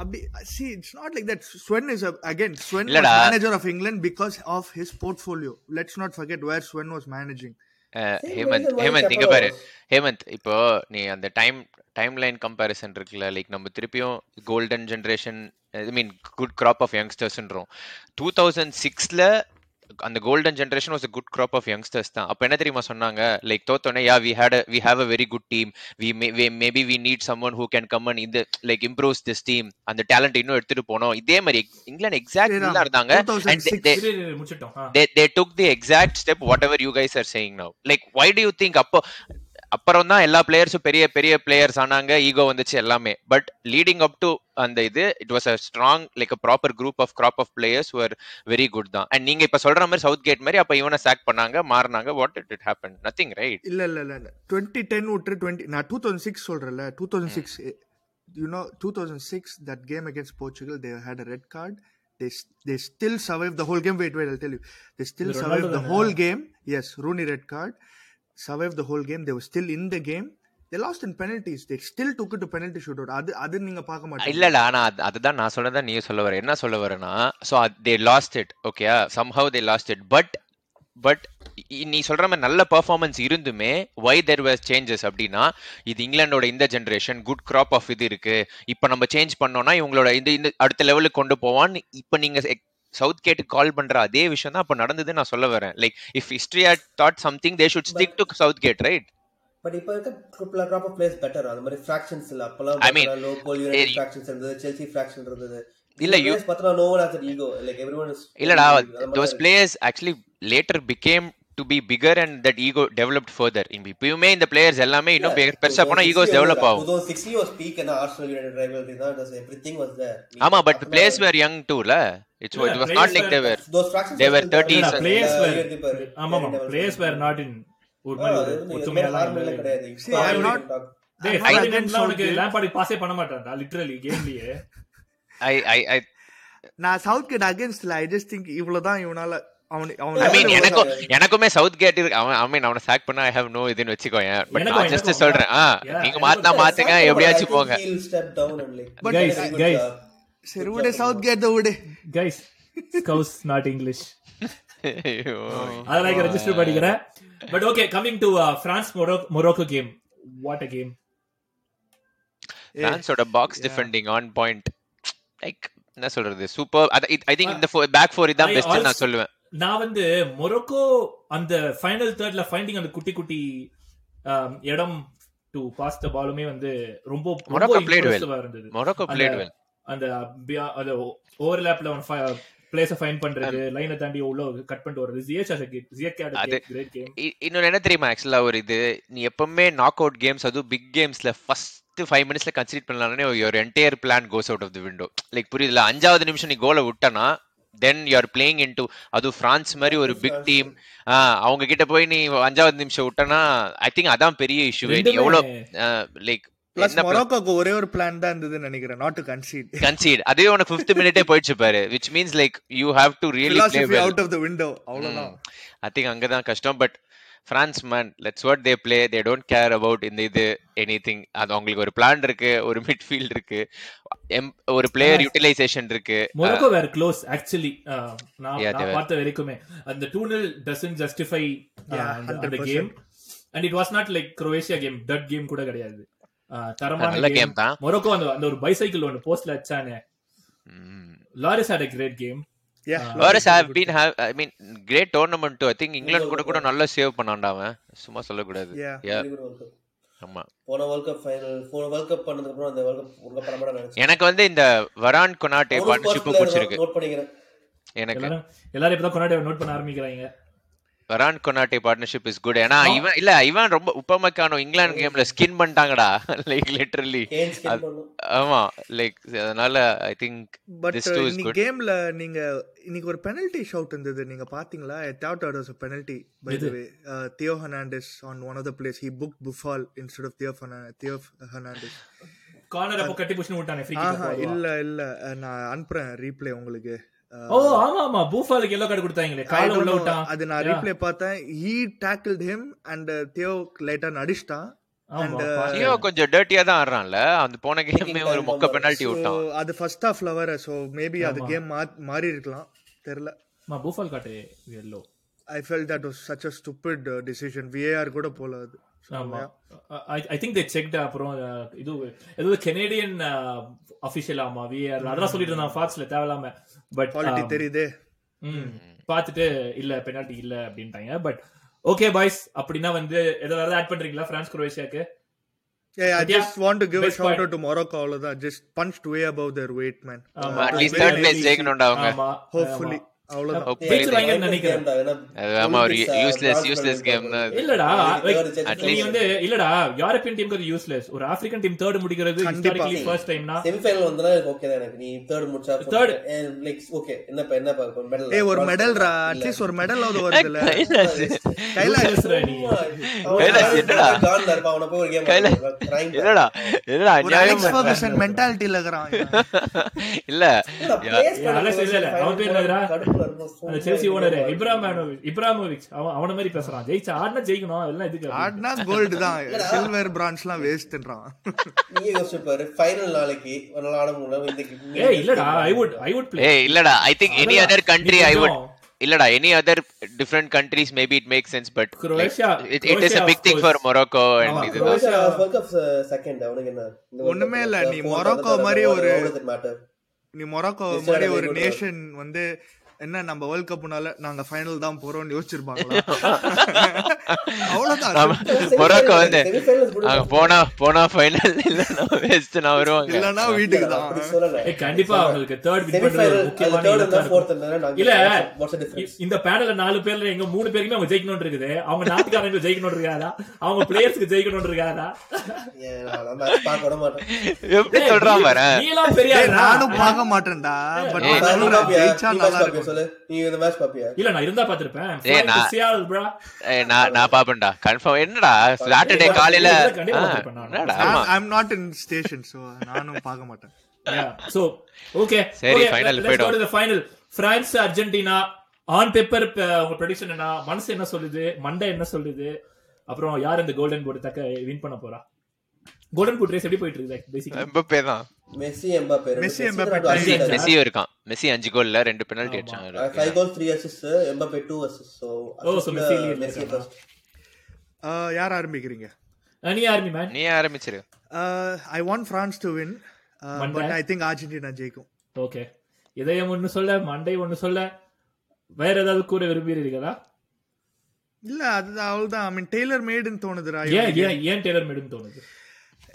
Abdi, see, it's not like that. Sven is a, again Sven was இல்லடா. manager of England because of his portfolio. Let's not forget where Sven was managing. Ah Same Hemant reason why Hemant இங்க Chaparro பாரு was- Hemant இப்போ நீ அந்த time time line comparison இருக்குல்ல like நம்ம திருப்பியும் golden generation I mean good crop of யங்ஸ்டர்ஸ்ன்றோம் two thousand சிக்ஸ்ல அந்த golden generation was a good crop of youngsters தான் அப்போ என்ன தெரியுமா சொன்னாங்க லைக் தோத்தோடனே yeah we had we have a very good team we maybe we need someone who can come and இந்த லைக் இம்ப்ரூவ்ஸ் திஸ் டீம் அந்த talent இன்னும் எடுத்துட்டு போனோம் இதே மாதிரி இங்கிலாந்து எக்ஸாக்ட் ஸ்ரீராம், நல்லா இருந்தாங்க and they- 2006 they- இரு, இரு, இரு, முடிச்சிட்டோம். ஆ. they they took the exact step whatever you guys are saying now like why do you think அப்போ அப்புறம் தான் எல்லா பிளேயர்ஸும் பெரிய பெரிய பிளேயர்ஸ் ஆனாங்க ஈகோ வந்துச்சு எல்லாமே பட் லீடிங் அப் டு அந்த இது it was a strong like a proper group of crop of players were very good தான் அண்ட் நீங்க இப்ப சொல்ற மாதிரி சவுத் கேட் மாதிரி அப்ப இவனை சாக் பண்ணாங்க மாறினாங்க what it it happen nothing right இல்ல இல்ல இல்ல இல்ல. 2010 விட்டு 20 நான் 2006 சொல்றேன்ல 2006 eh, you know 2006 that game against Portugal they had a red card they s- they still survived the whole game wait wait I'll tell you they still The survived the Ronaldo whole game yes Rooney red card survived the whole game they were still in the game they lost in penalties they still took it to penalty shootout அது அது நீங்க Ah, பார்க்க மாட்டீங்க இல்லடா நான் அது- அதுதான் நான் சொன்னதா நீ சொல்ல uh, வர uh, என்ன சொல்ல வரேன்னா so they lost it okay somehow they lost it but but இ- நீ சொல்ற மாதிரி நல்ல பெர்ஃபார்மன்ஸ் இருந்துமே வை தேர் வேர் சேஞ்சஸ் அப்படின்னா இது இங்கிலாண்டோட இந்த ஜென்ரேஷன் குட் கிராப் ஆஃப் இது இருக்கு இப்போ நம்ம சேஞ்ச் பண்ணோம்னா இவங்களோட இந்த இந்த அடுத்த லெவலுக்கு கொண்டு போவான்னு இப்போ நீங்க சவுத் கேட்டு கால் பண்ற அதே விஷயம் தான் அப்ப நடந்தது நான் சொல்ல வரேன் like if history had taught something they should stick to Southgate right but இப்போ இருக்க குரூப்ல கிராப் ஆஃப் பிளேஸ் பெட்டர் அந்த மாதிரி ஃபிராக்ஷன்ஸ் இல்ல அப்பலாம் I mean, low ball unit eh, fractions இருந்தது செல்சி ஃபிராக்ஷன் இருந்தது இல்ல, you- பார்த்தா no one has ego like everyone is இல்லடா those players actually later became to be bigger and that ego developed further இப்பயுமே இந்த players எல்லாமே இன்னும் பெரிய- பெருசா போனா egos develop ஆகும் 2016 was peak and Arsenal United rivalry that was everything was there ஆமா but players were young too la it's Yeah, it was not players like they were- were those fractions They were were still there. 30s. இல்லடா, Yeah, players Yeah, were yeah, yeah, yeah. ஆமா ஆமா Yeah, Oh, players were not in ஒரு மாதிரி ஒரு இது ஒத்துமையா மேல தான் harm இல்ல இருந்தாங்க. கிடையாது. See, I'm not- டேய், I'm not against ஃபர்டினண்ட்லாம் உனக்கு Southgate. லேம்பாடி பாஸே பண்ண மாட்டான்டா லிட்டரலி கேம்லயே i i i நான் Southgate against I just think இவ்வளவுதான் இவனால அவன் I mean, Yeah, yeah, எனக்கும் yeah. எனக்குமே சவுத் கேட் இருக்கு அவன் ஐ மீன் அவனை சாக் பண்ண ஐ ஹேவ் நோ இதுன்னு வச்சுக்கோயேன் பட் எனக்கும், நான் ஜஸ்ட் எனக்கும். சொல்றேன் ஆ Yeah, நீங்க எனக்கும் மாத்தினா தான். மாத்துங்க எப்படியாச்சும் போங்க But guys, guys. சரி விடு சவுத் கேட் விடு கைஸ் ஸ்கவுஸ் நாட் இங்கிலீஷ் ஐயோ. அதெல்லாம் இங்க ரெஜிஸ்டர் படிக்கிறேன் but okay coming to France Morocco game what a game பிரான்ஸோட box defending on point like என்ன சொல்றது சூப்பர் ஐ திங்க் இந்த பேக் ஃபோர் இதான் I பெஸ்ட் நான் also- சொல்லுவேன் நான் வந்து மொரோக்கோ அந்த ஃபைனல் தேர்ட்ல ஃபைண்டிங் அந்த குட்டி குட்டி um, இடம் டு பாஸ் த பாலுமே வந்து ரொம்ப ரொம்ப Morocco played well. impressive ஆ இருந்தது மொரோக்கோ அந்த- பிளேட் வெல் அந்த பியா- அந்த ஓவர்லாப்ல பிளேஸ ஃபைன் பண்றது லைனை தாண்டி உள்ள கட் பண்ணிட்டு வர்றது ஜிஎச் ஜிஎக் அது- கிரேட் கேம் இன்னொன்னு என்ன தெரியுமா ஆக்சுவலா ஒரு இது நீ எப்பவுமே நாக் அவுட் கேம்ஸ் அதுவும் பிக் கேம்ஸ்ல ஃபர்ஸ்ட் ஃபைவ் மினிட்ஸ்ல கன்சிடர் பண்ணலாம்னே your entire plan goes out of the window like புரியுதுல அஞ்சாவது நிமிஷம் நீ கோலை விட்டனா then you are playing in to அதுவும் ஃப்ரான்ஸ் மாதிரி ஒரு பிக் டீம் அவங்க கிட்ட போய் நீ அஞ்சாவது நிமிஷம் விட்டனா ஐ திங்க் அதான் பெரிய இஷ்யூவே நீ ரெண்டுமே- எவ்வளோ லைக் பிளஸ் என்ன plus- மொரோக்கோக்கு ஒரே ஒரு பிளான் தான் இருந்ததுன்னு நினைக்கிறேன் நாட் டு கன்சீட் கன்சீட் அதே உனக்கு ஃபிஃப்த் மினிட்டே போயிடுச்சு பாரு which means like you have to really play philosophy well out of the window அவ்வளவுதான் ஐ திங்க் அங்க தான் கஷ்டம் but France man let's what they play they don't care about இந்த இது எனி திங் அது அவங்களுக்கு ஒரு பிளான் இருக்கு ஒரு மிட்ஃபீல்ட் இருக்கு எம்- ஒரு பிளேயர் யூட்டிலைசேஷன் இருக்கு மொரோக்கோ வேர் க்ளோஸ் ஆக்சுவலி நான் Yeah, they நான் were. பார்த்த வரைக்குமே அந்த two nil doesn't justify Yeah, அந்த 100%. Game and it was not like Croatia game that game கூட கிடையாது Uh, தரமான நல்ல கேம் கேம் தான் மொரோக்கோ அந்த அந்த ஒரு பைசைக்கிள் ஒன்று போஸ்ட்ல அச்சானே Lloris had a great game Yeah, Ah. Lloris Lawrence is a have good been have I mean great tournament I think England கூட கூட Yeah. நல்லா சேவ் பண்ணான்டா அவன் சும்மா சொல்லக்கூடாது Yeah. Yeah, ஆமா போன வேர்ல்ட் கப் ஃபைனல் போன வேர்ல்ட் கப் பண்ணதுக்கு அப்புறம் அந்த வேர்ல்ட் கப் உங்க பரம்பரை நினைச்சேன் எனக்கு வந்து இந்த வரான் கொனாட்டே பார்ட்னர்ஷிப்பும் பிடிச்சிருக்கு நோட் பண்ணிக்கிறேன் எனக்கு எல்லாரும் எல்லாரும் இப்பதான் கொண்டாடி நோட் பண்ண ஆரம்பிக்கிறாங்க Varane Konate partnership is good ஏன்னா இவன் இல்ல இவன் ரொம்ப உப்பமக்கானோ இங்கிலாந்து கேம்ல ஸ்கின் பண்ணிட்டாங்கடா லைக் லிட்டரலி கேன் ஸ்கிப் பண்ணும் ஆமா லைக் அதனால I think but This too is uh, இன்னைக்கு good. கேம்ல நீங்க இன்னைக்கு ஒரு பெனல்டி ஷவுட் இருந்தது நீங்க பாத்தீங்களா I thought it was a penalty by the way uh, Theo Hernandez on one of the plays he booked Buffal instead of Theo Fernan- Theo Hernandez corner அப்போ கட்டி புஷ்னு விட்டானே free kick ஆஹா அப்போ. இல்ல இல்ல அஹ், நான் அனுப்புறேன் ரீப்ளே உங்களுக்கு அஹ், ஓ ஆமா ஆமா பூஃபாலுக்கு எல்லோ கார்டு கொடுத்தாங்களே I கால don't உள்ள know, விட்டான் அது நான் Yeah. ரீப்ளே பார்த்தேன் he tackled him and uh, Theo லைட்டா அடிச்சிட்டான் ஆமா and, uh, பாத்தேன். ஜியோ கொஞ்சம் டர்ட்டியா தான் ஆடுறான்ல அந்த போன கேமே time ஒரு மொக்க bomb பெனால்டி So, விட்டான் அது ஃபர்ஸ்ட் ஹாஃப்ல வர சோ மேபி அது ஆமா. கேம் மாறி இருக்கலாம் தெரியல ஆமா பூஃபால் காட்டு yellow I felt that was such a stupid decision VAR கூட போல அது ஆமா ஐ திங்க் தே செக்ட் அப்புறம் அஹ், இது ஏதோ கெனேடியன் அபிஷியல் uh, ஆமா Mm-hmm. விஆர் அதெல்லாம் சொல்லிட்டு இருந்தான் ஃபாக்ஸ்ல தேவையில்லாம பட் குவாலிட்டி தெரியுதே Mm-hmm. பார்த்துட்டு இல்ல பெனால்டி இல்ல அப்படின்ட்டாங்க பட் ஓகே பாய்ஸ் அப்படின்னா வந்து ஏதாவது ஆட் பண்றீங்களா பிரான்ஸ் குரோவேஷியாக்கு Yeah, I But just want to give a best shout point. out to Morocco. அவ்வளவுதான் just punched way above their weight, man. ஆமா. Uh, At at least least third very place place amazing. ஜெயிக்கணும்டா அவங்க ஆமா Hopefully, அவ்வளவுதான். Hopefully ஜெயிச்சிருவாங்க நினைக்கிறேன் அது ஆமா ஒரு யூஸ்லெஸ் யூஸ்லெஸ் கேம் தான் அது. இல்லடா at நீ least- வந்து இல்லடா யூரோப்பியன் டீமுக்கு அது யூஸ்லெஸ் ஒரு ஆப்பிரிக்கன் டீம் தேர்ட் முடிக்கிறது கண்டிப்பா. ஹிஸ்டாரிக்கலி ஃபர்ஸ்ட் டைம்னா செமிஃபைனல் வந்தா எனக்கு ஓகே தான் எனக்கு நீ தேர்ட் முடிச்சா Eh, Third. Third like okay என்னப்பா என்னப்பா இப்போ மெடல் ஏய் ஒரு மெடல்ரா அட்லீஸ்ட் ஒரு மெடல் ஆகுது வருதுல கைலாஷ் கைலாஷ் கைலாஷ் என்னடா? கைலாஷ் என்னடா என்னடா என்னடா ஒரு அநியாயம் அலெக்ஸ் பண்றாங்க. ஃபர்கசன் மெண்டாலிட்டில இருக்கிறான் இல்ல அலெக்ஸ் இல்ல இல்ல அவன் பேர் என்னதுடா அந்த செல்சி ஓனரு இப்ராஹிமோவிச் இப்ராஹிமோவிச் அவன் அவன மாதிரி பேசுறான் ஜெயிச்சா ஆடினா ஜெயிக்கணும் அதெல்லாம் எதுக்கு அப்படி? ஆட்னா கோல்டு தான் சில்வர் பிரான்ஸ்லாம் வேஸ்ட்ன்றான் நீ யோசிச்சுப்பாரு ஃபைனல் நாளைக்கு ஒரு நாள் ஆட முடியல இந்த ஏய் இல்லடா I would I would play ஏய் இல்லடா I think any other country I would இல்லடா any other different countries maybe it make sense but Croatia- it is Croatia, a of big thing course. For Morocco and ஆமா, இது Croatia- second uh, அவனுக்கு என்ன இந்த ஒண்ணுமே world இல்ல, cup, நீ fourth Morocco other மாதிரி other ஒரு- how does it matter? நீ மொராக்கோ Yes, மாதிரி I ஒரு agree. நேஷன் வந்து என்ன நம்ம வேர்ல்ட் கப்னால நாங்க ஃபைனல் தான் போறோம்னு யோசிச்சிருப்பாங்களா அவ்வளவுதான் மொரோக்கோ வந்து Semi-finals கூட அங்க போனா போனா ஃபைனல் இல்லன்னா வெஸ்ட் நான் வருவாங்க இல்லன்னா வீட்டுக்கு தான் அப்படி சொல்லல. ஏய், கண்டிப்பா அவங்களுக்கு third win பண்றது Semi-final, ஒரு அது முக்கியமான third இலக்கா இருந்தா fourth இருக்கும். இருந்தா நாங்க இல்ல. what's the difference? இ- இந்த பேனல்ல நாலு பேர்ல எங்க மூணு பேருக்குமே அவங்க ஜெயிக்கணும் இருக்குது அவங்க நாட்டுக்காரங்க ஜெயிக்கணும் இருக்காதா அவங்க பிளேயர்ஸ்க்கு ஜெயிக்கணும் இருக்காதா ஏன் நான் match பார்க்க விட மாட்டேன். எப்படி சொல்றான் பாரு நீ எல்லாம் பெரிய ஏய், ஆளா? நானும் பார்க்க மாட்டேன்டா பட் நீ match பாப்பியா? ஜெயிச்சா நீ match பாப்பியா நல்லா இருக்கும் சொல்லு. நீ இந்த match பாப்பியா? இல்ல நான் இருந்தா பாத்திருப்பேன் ஏய், நான்- ஏய், நான் நான் பாப்பேன்டா கன்ஃபார்ம் என்னடா சாட்டர்டே காலையில இல்ல, கண்டிப்பா ஆ, பாப்பேன் நானு. என்னடா ஆமா I'm not in station so நானும் பார்க்க மாட்டேன் சோ ஓகே சரி, final போயிடும். Final France Argentina on paper uh, உங்க ப்ரெடிக்ஷன் என்ன மனசு என்ன சொல்லுது மண்டை என்ன சொல்லுது அப்புறம் யார் இந்த கோல்டன் பூட் தக்க வின் பண்ண போறா கோல்டன் பூட் ரேஸ் எப்படி போயிட்டு இருக்கு பேசிக்கலி எம்பப்பே தான் மெஸ்ஸி, எம்பாப்பே ரெண்டு மெஸ்ஸி, பேரும் எம்பாப்பே ரெண்டு tie. assist. மெஸ்ஸியும் இருக்கான் மெஸ்ஸி அஞ்சு கோல்ல ரெண்டு பெனல்டி Uh, அடிச்சான் five goals, three assists. Mbappe two assists. So, Oh, so assist, Messi uh, lead Messi இருக்கானா? first. அஹ், யார் ஆரம்பிக்கிறீங்க நீ ஆர்மி மேன் நீ ஆரம்பிச்சிரு I want France to win Wonder. But I think Argentina ஜெயிக்கும் ஓகே இதயம் ஒண்ணு சொல்ல மண்டை ஒண்ணு சொல்ல வேற ஏதாவது கூற விரும்புகிறீர்களா இல்ல அதுதான் அவ்வளவுதான் ஐ மீன் டெய்லர் மேடுன்னு தோணுதுடா ஏன் ஏன் ஏன் டெய்லர் மேடுன்னு தோணுது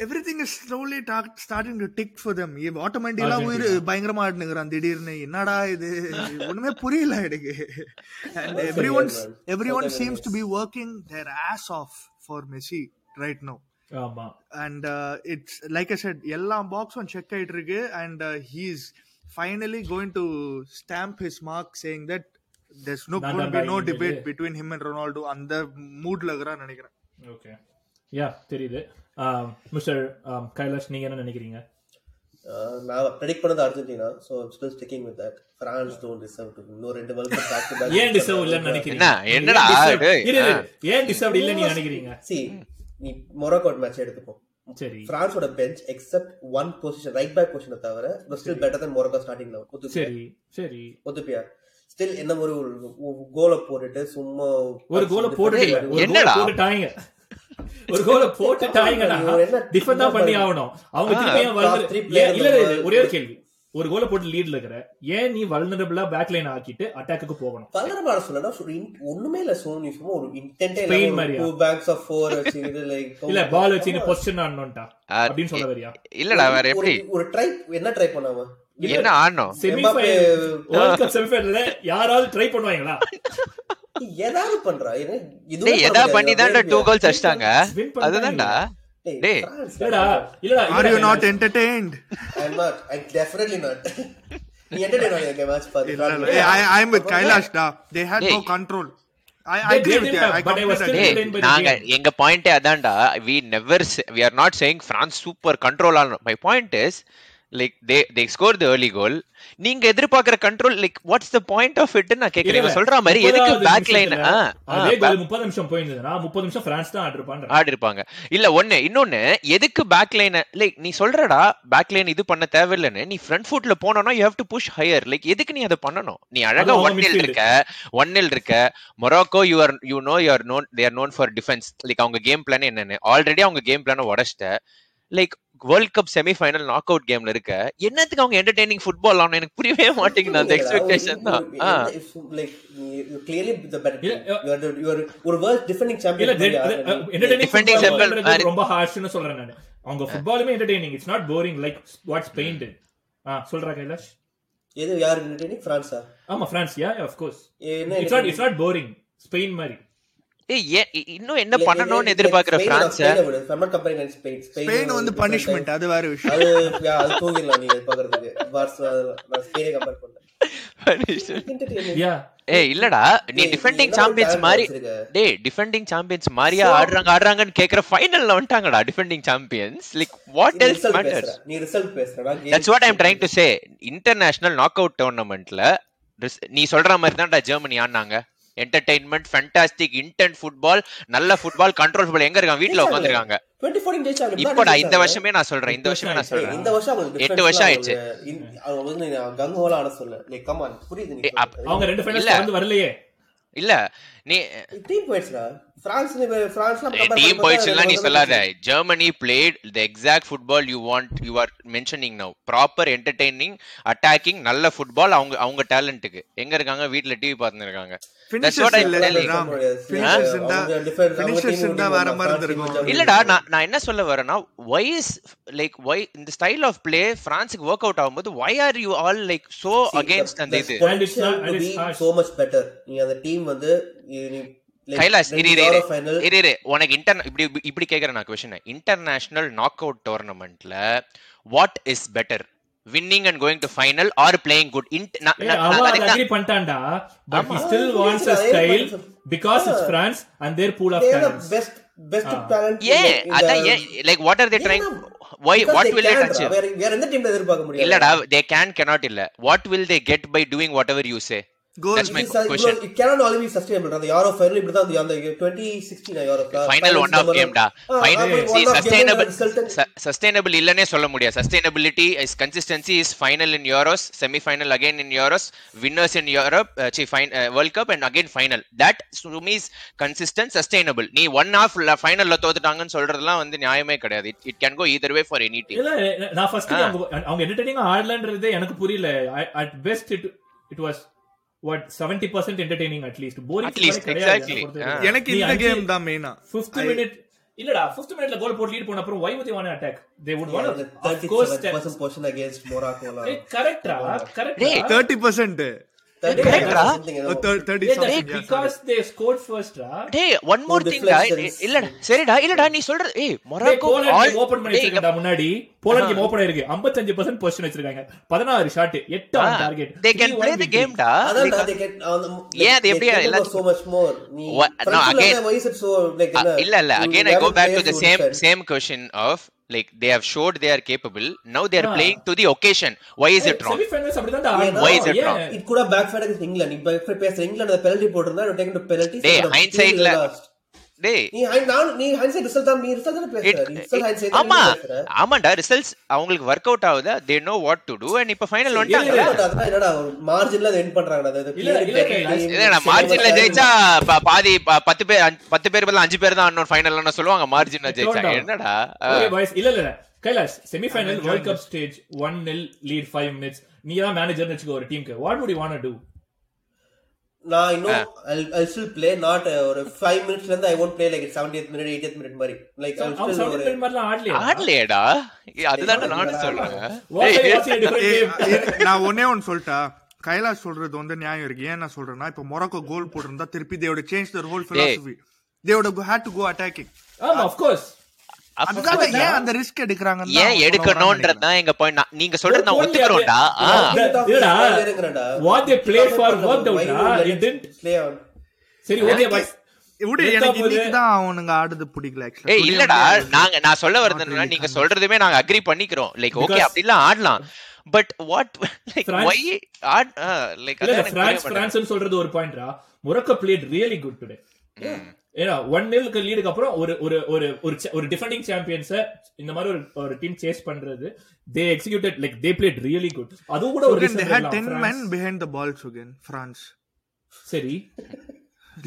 everything is slowly starting to tick for them ஆட்டோமேட்டிக்கலா உயிர் பயங்கரமா ஆடுனுங்கிறான் திடீர்னு என்னடா இது ஒண்ணுமே புரியல எனக்கு and everyone everyone seems to be working there as of for Messi right no ஆமா and it's like I said எல்லா பாக்ஸும் செக் ஆயிட்டு இருக்கு and he is finally going to stamp his mark saying that there's no நான் going to be தான் no இனிமேலு. debate between him and Ronaldo அந்த மூட்ல இருக்கிறான்னு நினைக்கிறேன் ஓகே யா தெரியுது மிஸ்டர் கைலாஷ் நீங்க என்ன நினைக்கிறீங்க Uh, நான் predict பண்ணது Argentina So, I'm still sticking with that. France don't deserve to win. இன்னும் ரெண்டு World Cup back to back. ஏன் டிசர்வ் இல்லன்னு நினைக்கிறீங்க என்ன? என்னடா ஏன் deserve- டேய்? இரு, இரு. ஆ. ஏன் டிசர்வ் இல்ல நீங்க நினைக்கிறீங்க See, நீ மொரோக்கோட் மேட்ச் எடுத்துப்போம் சரி பிரான்ஸோட bench except one position right back பொசிஷனை தவிர still better than Morocco starting eleven ஒத்துப்பியா சரி சரி ஒத்துப்பியா ஸ்டில் என்ன ஒரு கோலை போட்டுட்டு சும்மா ஒரு கோல போட்டுட்டீங்க defend ஒரு goal என்னடா? போட்டுட்டாங்க ஒரு கோல போட்டுட்டாங்கடா இவர் என்ன டிஃபன் தான் பண்ணி ஆகணும் அவங்க திருப்பியும் top three வளர்ந்து player ஏன் இல்ல இல்ல, இல்ல, நம்ம- ஒரே ஒரு கேள்வி ஒரு கோல போட்டு லீட்ல இருக்கிற ஏன் நீ வல்னரபிளா பேக் லைன் ஆக்கிட்டு அட்டாக்குக்கு போகணும் பலரமான சொல்லனா ஒரு in- ஒண்ணுமே இல்ல சோனி சும்மா ஒரு இன்டென்டே Spain இல்ல மாதிரியா? டூ பேங்க்ஸ் ஆஃப் ஃபோர் வச்சுக்கிட்டு லைக் இல்ல பால் வச்சுன்னு பொசிஷன் ஆடணும்டா அப்படின்னு சொல்ல வரியா இல்லடா வேற எப்படி ஒரு ட்ரை என்ன ட்ரை பண்ணாம என்ன ஆடணும் semi Mbappe- world cup semi ஃபைனல்ல யாராவது ட்ரை பண்ணுவாங்களா ஏதாவது பண்றா ஏன்னா இதுவே டேய் எதா பண்ணி தான்டா டூ கோல்ஸ் அடிச்சிட்டாங்க Win பண்ணிட்டாங்க. அதுதான்டா டேய், இல்லடா இல்லடா ஆர் யூ இல்லடா, not entertained I'm not. I definitely not. நீ entertain ஆகியா இந்த match பார்த்து? ஐ ஐம் வித் கைலாஷ் டா they had no Hey. Control I I They agree did with have, I but I was complete still- டேய் Entertained by the நாங்க game. எங்க பாயிண்டே அதான்டா we never we are not saying France super control ஆகணும் my point is like they they score the early goal நீங்க எதிர்பார்க்கிற control like what's the point of it நான் கேக்குறேன் இவன் சொல்ற மாதிரி எதுக்கு முப்பதாவது பேக் லைன் நிமிஷத்துல அதே goal முப்பது நிமிஷம் போயிருந்ததுன்னா முப்பது நிமிஷம் பிரான்ஸ் தான் ஆர்டர் பண்றான் ஆடி இருப்பாங்க இல்ல ஒண்ணு இன்னொன்னு எதுக்கு பேக் லைன் லைக் நீ சொல்றடா பேக் லைன் இது பண்ண தேவையில்லைன்னு நீ ஃப்ரண்ட் ஃபுட்ல போனோம்னா you have to push higher like எதுக்கு நீ அதை பண்ணணும் நீ அழகா அதான் ஒன் நில் midfield. இருக்க ஒன் நில் இருக்க Morocco you are you know you are known they are known for defence like அவங்க கேம் பிளான் என்னன்னு ஆல்ரெடி அவங்க கேம் பிளான உடச்சிட்ட like world cup semi final knock out கேம்ல இருக்க என்னத்துக்கு அவங்க என்டர்டைனிங் ஃபுட்பால் ஆகணும் எனக்கு புரியவே மாட்டேங்குது அந்த எக்ஸ்பெக்டேஷன் தான் ஆ. இல்ல uh, Defending entertaining sample sample மாதிரி- ரொம்ப ஹார்ஷ்னு சொல்றேன் நான் அவங்க ஃபுட்பாலுமே entertaining it's not boring like what Spain did ஆ சொல்றா கைலாஷ் எது யாரு entertaining? பிரான்ஸா? ஆமா பிரான்ஸ் யா ஆஃப் கோர்ஸ் என்ன it's not it's not boring Spain மாதிரி ஏய், ஏன் இ- இன்னும் என்ன இல்ல, பண்ணணும்னு இல்ல, எதிர்பார்க்கிற ஸ்பெயினை- பிரான்ஸ ஸ்பெயினை விடு. If I'm not comparing against Spain, Spain Spain வந்து is different பனிஷ்மென்ட் type. அது வேற விஷயம் அது yeah, அது தூங்கிடலாம் நீங்க பார்க்கறதுக்கு. பார்சலோனா- நான் ஸ்பெயினை compare பண்ணல. Entertaining. யா ஏய் இல்லடா நீ ஏய், டிஃபெண்டிங் என்ன ஒரு சாம்பியன்ஸ் talent மாதிரி வச்சிருக்க. டேய் டிஃபெண்டிங் சாம்பியன்ஸ் மாதிரியா ஆடுறாங்க ஆடுறாங்கன்னு கேக்குற ஃபைனல்ல வந்துட்டாங்கடா டிஃபெண்டிங் சாம்பியன்ஸ் லைக் வாட் நீ எல்ஸ் result பேசுற. மேட்டர்ஸ் நீ ரிசல்ட் பேசுறா that's what I'm trying to say international knock out டோர்னமெண்ட்ல நீ சொல்ற மாதிரி தான்டா ஜெர்மனி ஆடினாங்க என்டர்டைன்மெண்ட் ஃபேண்டாஸ்டிக் இன்டென்ட் ஃபுட்பால் நல்ல ஃபுட்பால் கண்ட்ரோல் ஃபுட்பால் எங்க இருக்காங்க வீட்ல உட்காந்துருக்காங்க 2014 ஜெயிச்சாங்க இப்போடா இந்த வருஷமே நான் சொல்றேன் இந்த வருஷமே நான் ஏய், சொல்றேன் இந்த வருஷம் அவங்க எட்டு வருஷம் ஆயிடுச்சு. அவங்க வந்து கங்கோலா ஆட சொல்ல லைக் கமான் புரியுது நீ ஏய், அப்- அவங்க ரெண்டு இல்ல. ஃபைனல்ஸ் வந்து வரலையே இல்ல நீ டீம் போயிடுச்சுடா பிரான்ஸ் பிரான்ஸ்லாம் டீம் போயிடுச்சுலாம் நீ சொல்லாத Germany played the exact football you want you are mentioning now proper entertaining attacking நல்ல ஃபுட்பால் அவங்க அவங்க டேலண்ட்டுக்கு எங்க இருக்காங்க வீட்ல டிவி பார்த்துன்னு இருக்காங்க That's Finishes what I இல்ல tell you. ராம். Finishes இருந்தா finishes இருந்தா வேற மாதிரி இருந்திருக்கும். இல்லடா நான் நான் என்ன சொல்ல வரேன்னா வை இஸ் லைக் வை இந்த ஸ்டைல் ஆஃப் பிளே பிரான்ஸுக்கு ஒர்க் அவுட் ஆகும்போது why are you all like so against அந்த இது And it's not- and it's harsh. So much better நீ அந்த டீம் வந்து கைலாஷ் இரு இரு, இரு. ஃபைனல் இரு இரு உனக்கு இன்டர் இப்படி இப்படி- இப்படி கேக்குறேன் நான் கொஸ்டின் இன்டர்நேஷனல் நாக் அவுட் டோர்னமெண்ட்ல what is better winning and going to final or playing good ஏய், அவன் அதை agree பண்ணிட்டான்டா. But he ஆமா. still அவன் wants a புரியுதுடா, style ஏன் பண்ணி- because it's ஆ. France and their pool of talents. Best best talent ஏன் uh, அதான் ஏன் like what are they trying why what will they touch வேற வேற எந்த டீம்ல எதிர்பார்க்க முடியாது இல்லடா தே கேன் cannot இல்ல what will they get by doing whatever you say Goals. That's my This is- question இவ்வளவு- it cannot only be sustainable. அந்த Euro final இப்படிதான் அந்த- அந்த 2016 -ஆ Euro final final final one of number one. Ah, கேம்டா ஆ, final ஆமா, one of sustainable game result. Sustainable இல்லனே சொல்ல முடியாது sustainability is consistency is final in Euros semi final again in Euros winners in Europe see world cup and again final that means consistent sustainable நீ one of ஃபைனல்ல தோத்துட்டாங்கன்னு சொல்றதெல்லாம் வந்து நியாயமே கிடையாது it can go either way for any team இல்ல நான் first அவங்க அவங்க entertaining ஆ ஆடலன்றது எனக்கு புரியல I- at best it it was what 70% entertaining at least boring At least, கிடையாது exactly. எனக்கு பொறுத்தவரைக்கும். ஆ. எனக்கு நீ இந்த அஞ்சு- கேம் தான் மெயினா 50 minute இல்லடா 50 மினிட்ல கோல் போட்டு லீட் போன அப்புறம் why would they want to attack they would want அந்த to of course 37% portion against Morocco லாம். கரெக்டா டேய், கரெக்டா தேர்ட்டி பர்சன்ட் 37% correct-டா? something ஏதோ. Thirty Yeah, that's because they scored first, ra. டேய் ஒன் மோர் திங் டா deflections. இல்லடா சரிடா இல்லடா நீ சொல்றது ஏய் டேய், Morocco Poland all game open பண்ணி வச்சிருக்காங்கடா முன்னாடி போலண்ட் game open ஆயிருக்கு. 55% position வச்சிருக்காங்க. 16 shot, எட்டு on target. They can Three play one the victory. Game டா அதான்டா, they can- அந்த- ஏன் அது they எப்படி can எல்லாத்து- go so much more. நீ What- no, French again- ல why is it so, like, Uh, என்ன? இல்ல இல்ல You again i have go back to players the who same defend. same question of like they have showed they are capable now they are Ah. playing to the occasion why is it wrong Semi-finals அப்படிதான்டா ஆடணும். Why is it wrong? ஏன்? It could have backfired against England. இப்ப- இப்ப பேசுற England அந்த penalty போட்டிருந்தா, they would have taken the penalty, so Dey, would have hindsight still ல- lost. டேய் நீ hi- நான்- நீ hindsight result தான் நீ result தானே it- பேசுற. நீ result hindsight it- ஆமா தானே பேசுற. ஆமாண்டா ரிசல்ட்ஸ் அவங்களுக்கு ஒர்க் அவுட் ஆகுதா they know what to do and இப்ப ஃபைனல் வந்துட்டாங்கல இல்ல, அதுதான் என்னடா, ஒரு marginல அதை end பண்றாங்கடா. அது- அது இல்ல, இல்ல, இல்ல, team- இல்லடா மார்ஜின்ல ஜெயிச்சா பா- பாதி பா- பத்து பேர் அஞ்சு- பத்து பேர் பதிலா அஞ்சு பேர் தான் அண்ணன் ஃபைனல்ல சொல்லுவாங்க மார்ஜின்ல ஜெயிச்சாங்க Showdown. என்னடா Okay, boys. இல்ல, இல்ல, இல்ல. Kailash, semi-final World Cup stage, 1-0 lead, five minutes. நீதான் manager ன்னு வச்சுக்கோ ஒரு team-க்கு. What would you wanna do? நான் இன்னும் I'll- I'll still play, not, uh, ஒரு five minutesல இருந்து I won't play like 70th minute, 80th minute மாதிரி. Like, I'll அவங்க still 70 ஒரு- minute மாதிரிலாம் ஆடலையா? ஆடலையேடா ஏய், அதுதான்டா நானும் சொல்றேன் What are you watching a different game? நான் ஒன்னே ஒன்னு சொல்லிட்டா கைலாஷ் சொல்றது வந்து நியாயம் இருக்கு ஏன் நான் சொல்றேன்னா இப்ப மொராக்கோ கோல் போட்டிருந்தா திருப்பி தேவோட சேஞ்ச் தர் ஹோல் பிலாசபி தேவோட ஹேட் டு கோ அட்டாக்கிங் ஆமா, of course. அதுக்காக ஏன் அந்த ரிஸ்க் எடுக்கிறாங்க ஏன் எடுக்கணும்ன்றதுதான் எங்க பாயிண்ட் நீங்க சொல்றது நான் ஒத்துக்கிறோம்டா ஆ The- இல்லடா, what they play for worked out, ah, it didn't. Play on. சரி, okay, boys. விடு எனக்கு இன்னைக்கு தான் அவனுங்க ஆடுது பிடிக்கல actually. ஏய் இல்லடா நாங்க நான் சொல்ல வரதுன்னா நீங்க சொல்றதுமே நாங்க அக்ரி பண்ணிக்கிறோம் லைக் ஓகே Because- அப்படிலாம் ஆடலாம் but what like France- why add like இல்ல, இல்ல, பிரான்ஸ் பிரான்ஸ்னு சொல்றது ஒரு பாயிண்ட்ரா Morocco played really good today ஏன்னா ஒன் நிலுக்கு லீடுக்கு அப்புறம் ஒரு ஒரு ஒரு ஒரு cha- ஒரு டிஃபெண்டிங் சாம்பியன்ஸ இந்த மாதிரி ஒரு ஒரு டீம் சேஸ் பண்றது they executed like they played really good அதுவும் கூட ஒரு Again, they reason had சொல்லலாம். 10 men France- behind the ball, Sugan, France. சரி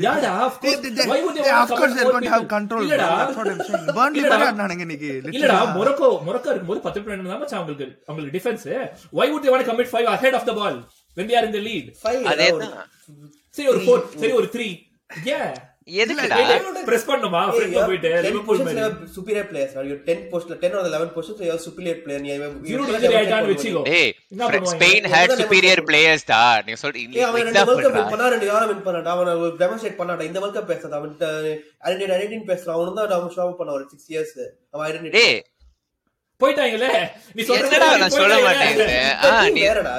யாடா of They, course, they, they, why would they they, want of to cover course, they're four going to have people? control. bro. இல்லடா That's what I'm saying. Burnley இல்லடா. மாதிரி ஆடுனானுங்க இன்னைக்கு, இல்லடா literally. Morocco Morocco இருக்கும்போது பத்து பேர் தான் மச்சான் அவங்களுக்கு அவங்களுக்கு defence why would they want commit five ahead of the ball when they are in the lead Five, அதே ஏதாவது தான். சரி ஒரு ஃபோர் சரி ஒரு த்ரீ ஏன் எதுக்குடா பிரஸ் பண்ணுமா Hey, ஃப்ரெண்ட் you have போயிட்டு 10 லிவர்பூல் positions, you மாதிரி have superior players, right? You have 10 positions, 10 or 11 positions, you have superior player. You have- you zero have digit ஆயிட்டான்னு 10 வச்சுக்கோ டேய் என்ன பண்ணுவாங்க? ஸ்பெயின் ஹேட் எதுதான் superior நம்ம பிளேயர்ஸ் டா நீங்க ஏய், சொல்றீங்க அவன் ரெண்டு எக்ஸாம் World Cup win பண்றா பண்ணா, ரெண்டு Euro win பண்ணான்டா. அவன் ஒரு demonstrate பண்ணான்டா. இந்த World Cup பேசாத. அவன்ட்ட identity, identity ன்னு பேசுறான். அவனும் தான் அவன் show up பண்ணான் ஒரு six years. அவன் identity. டேய் போயிட்டாங்களே நீ சொல்றது என்னடா நான் சொல்ல மாட்டேங்கிறேன் ஆ இந்த team நீ வேறடா.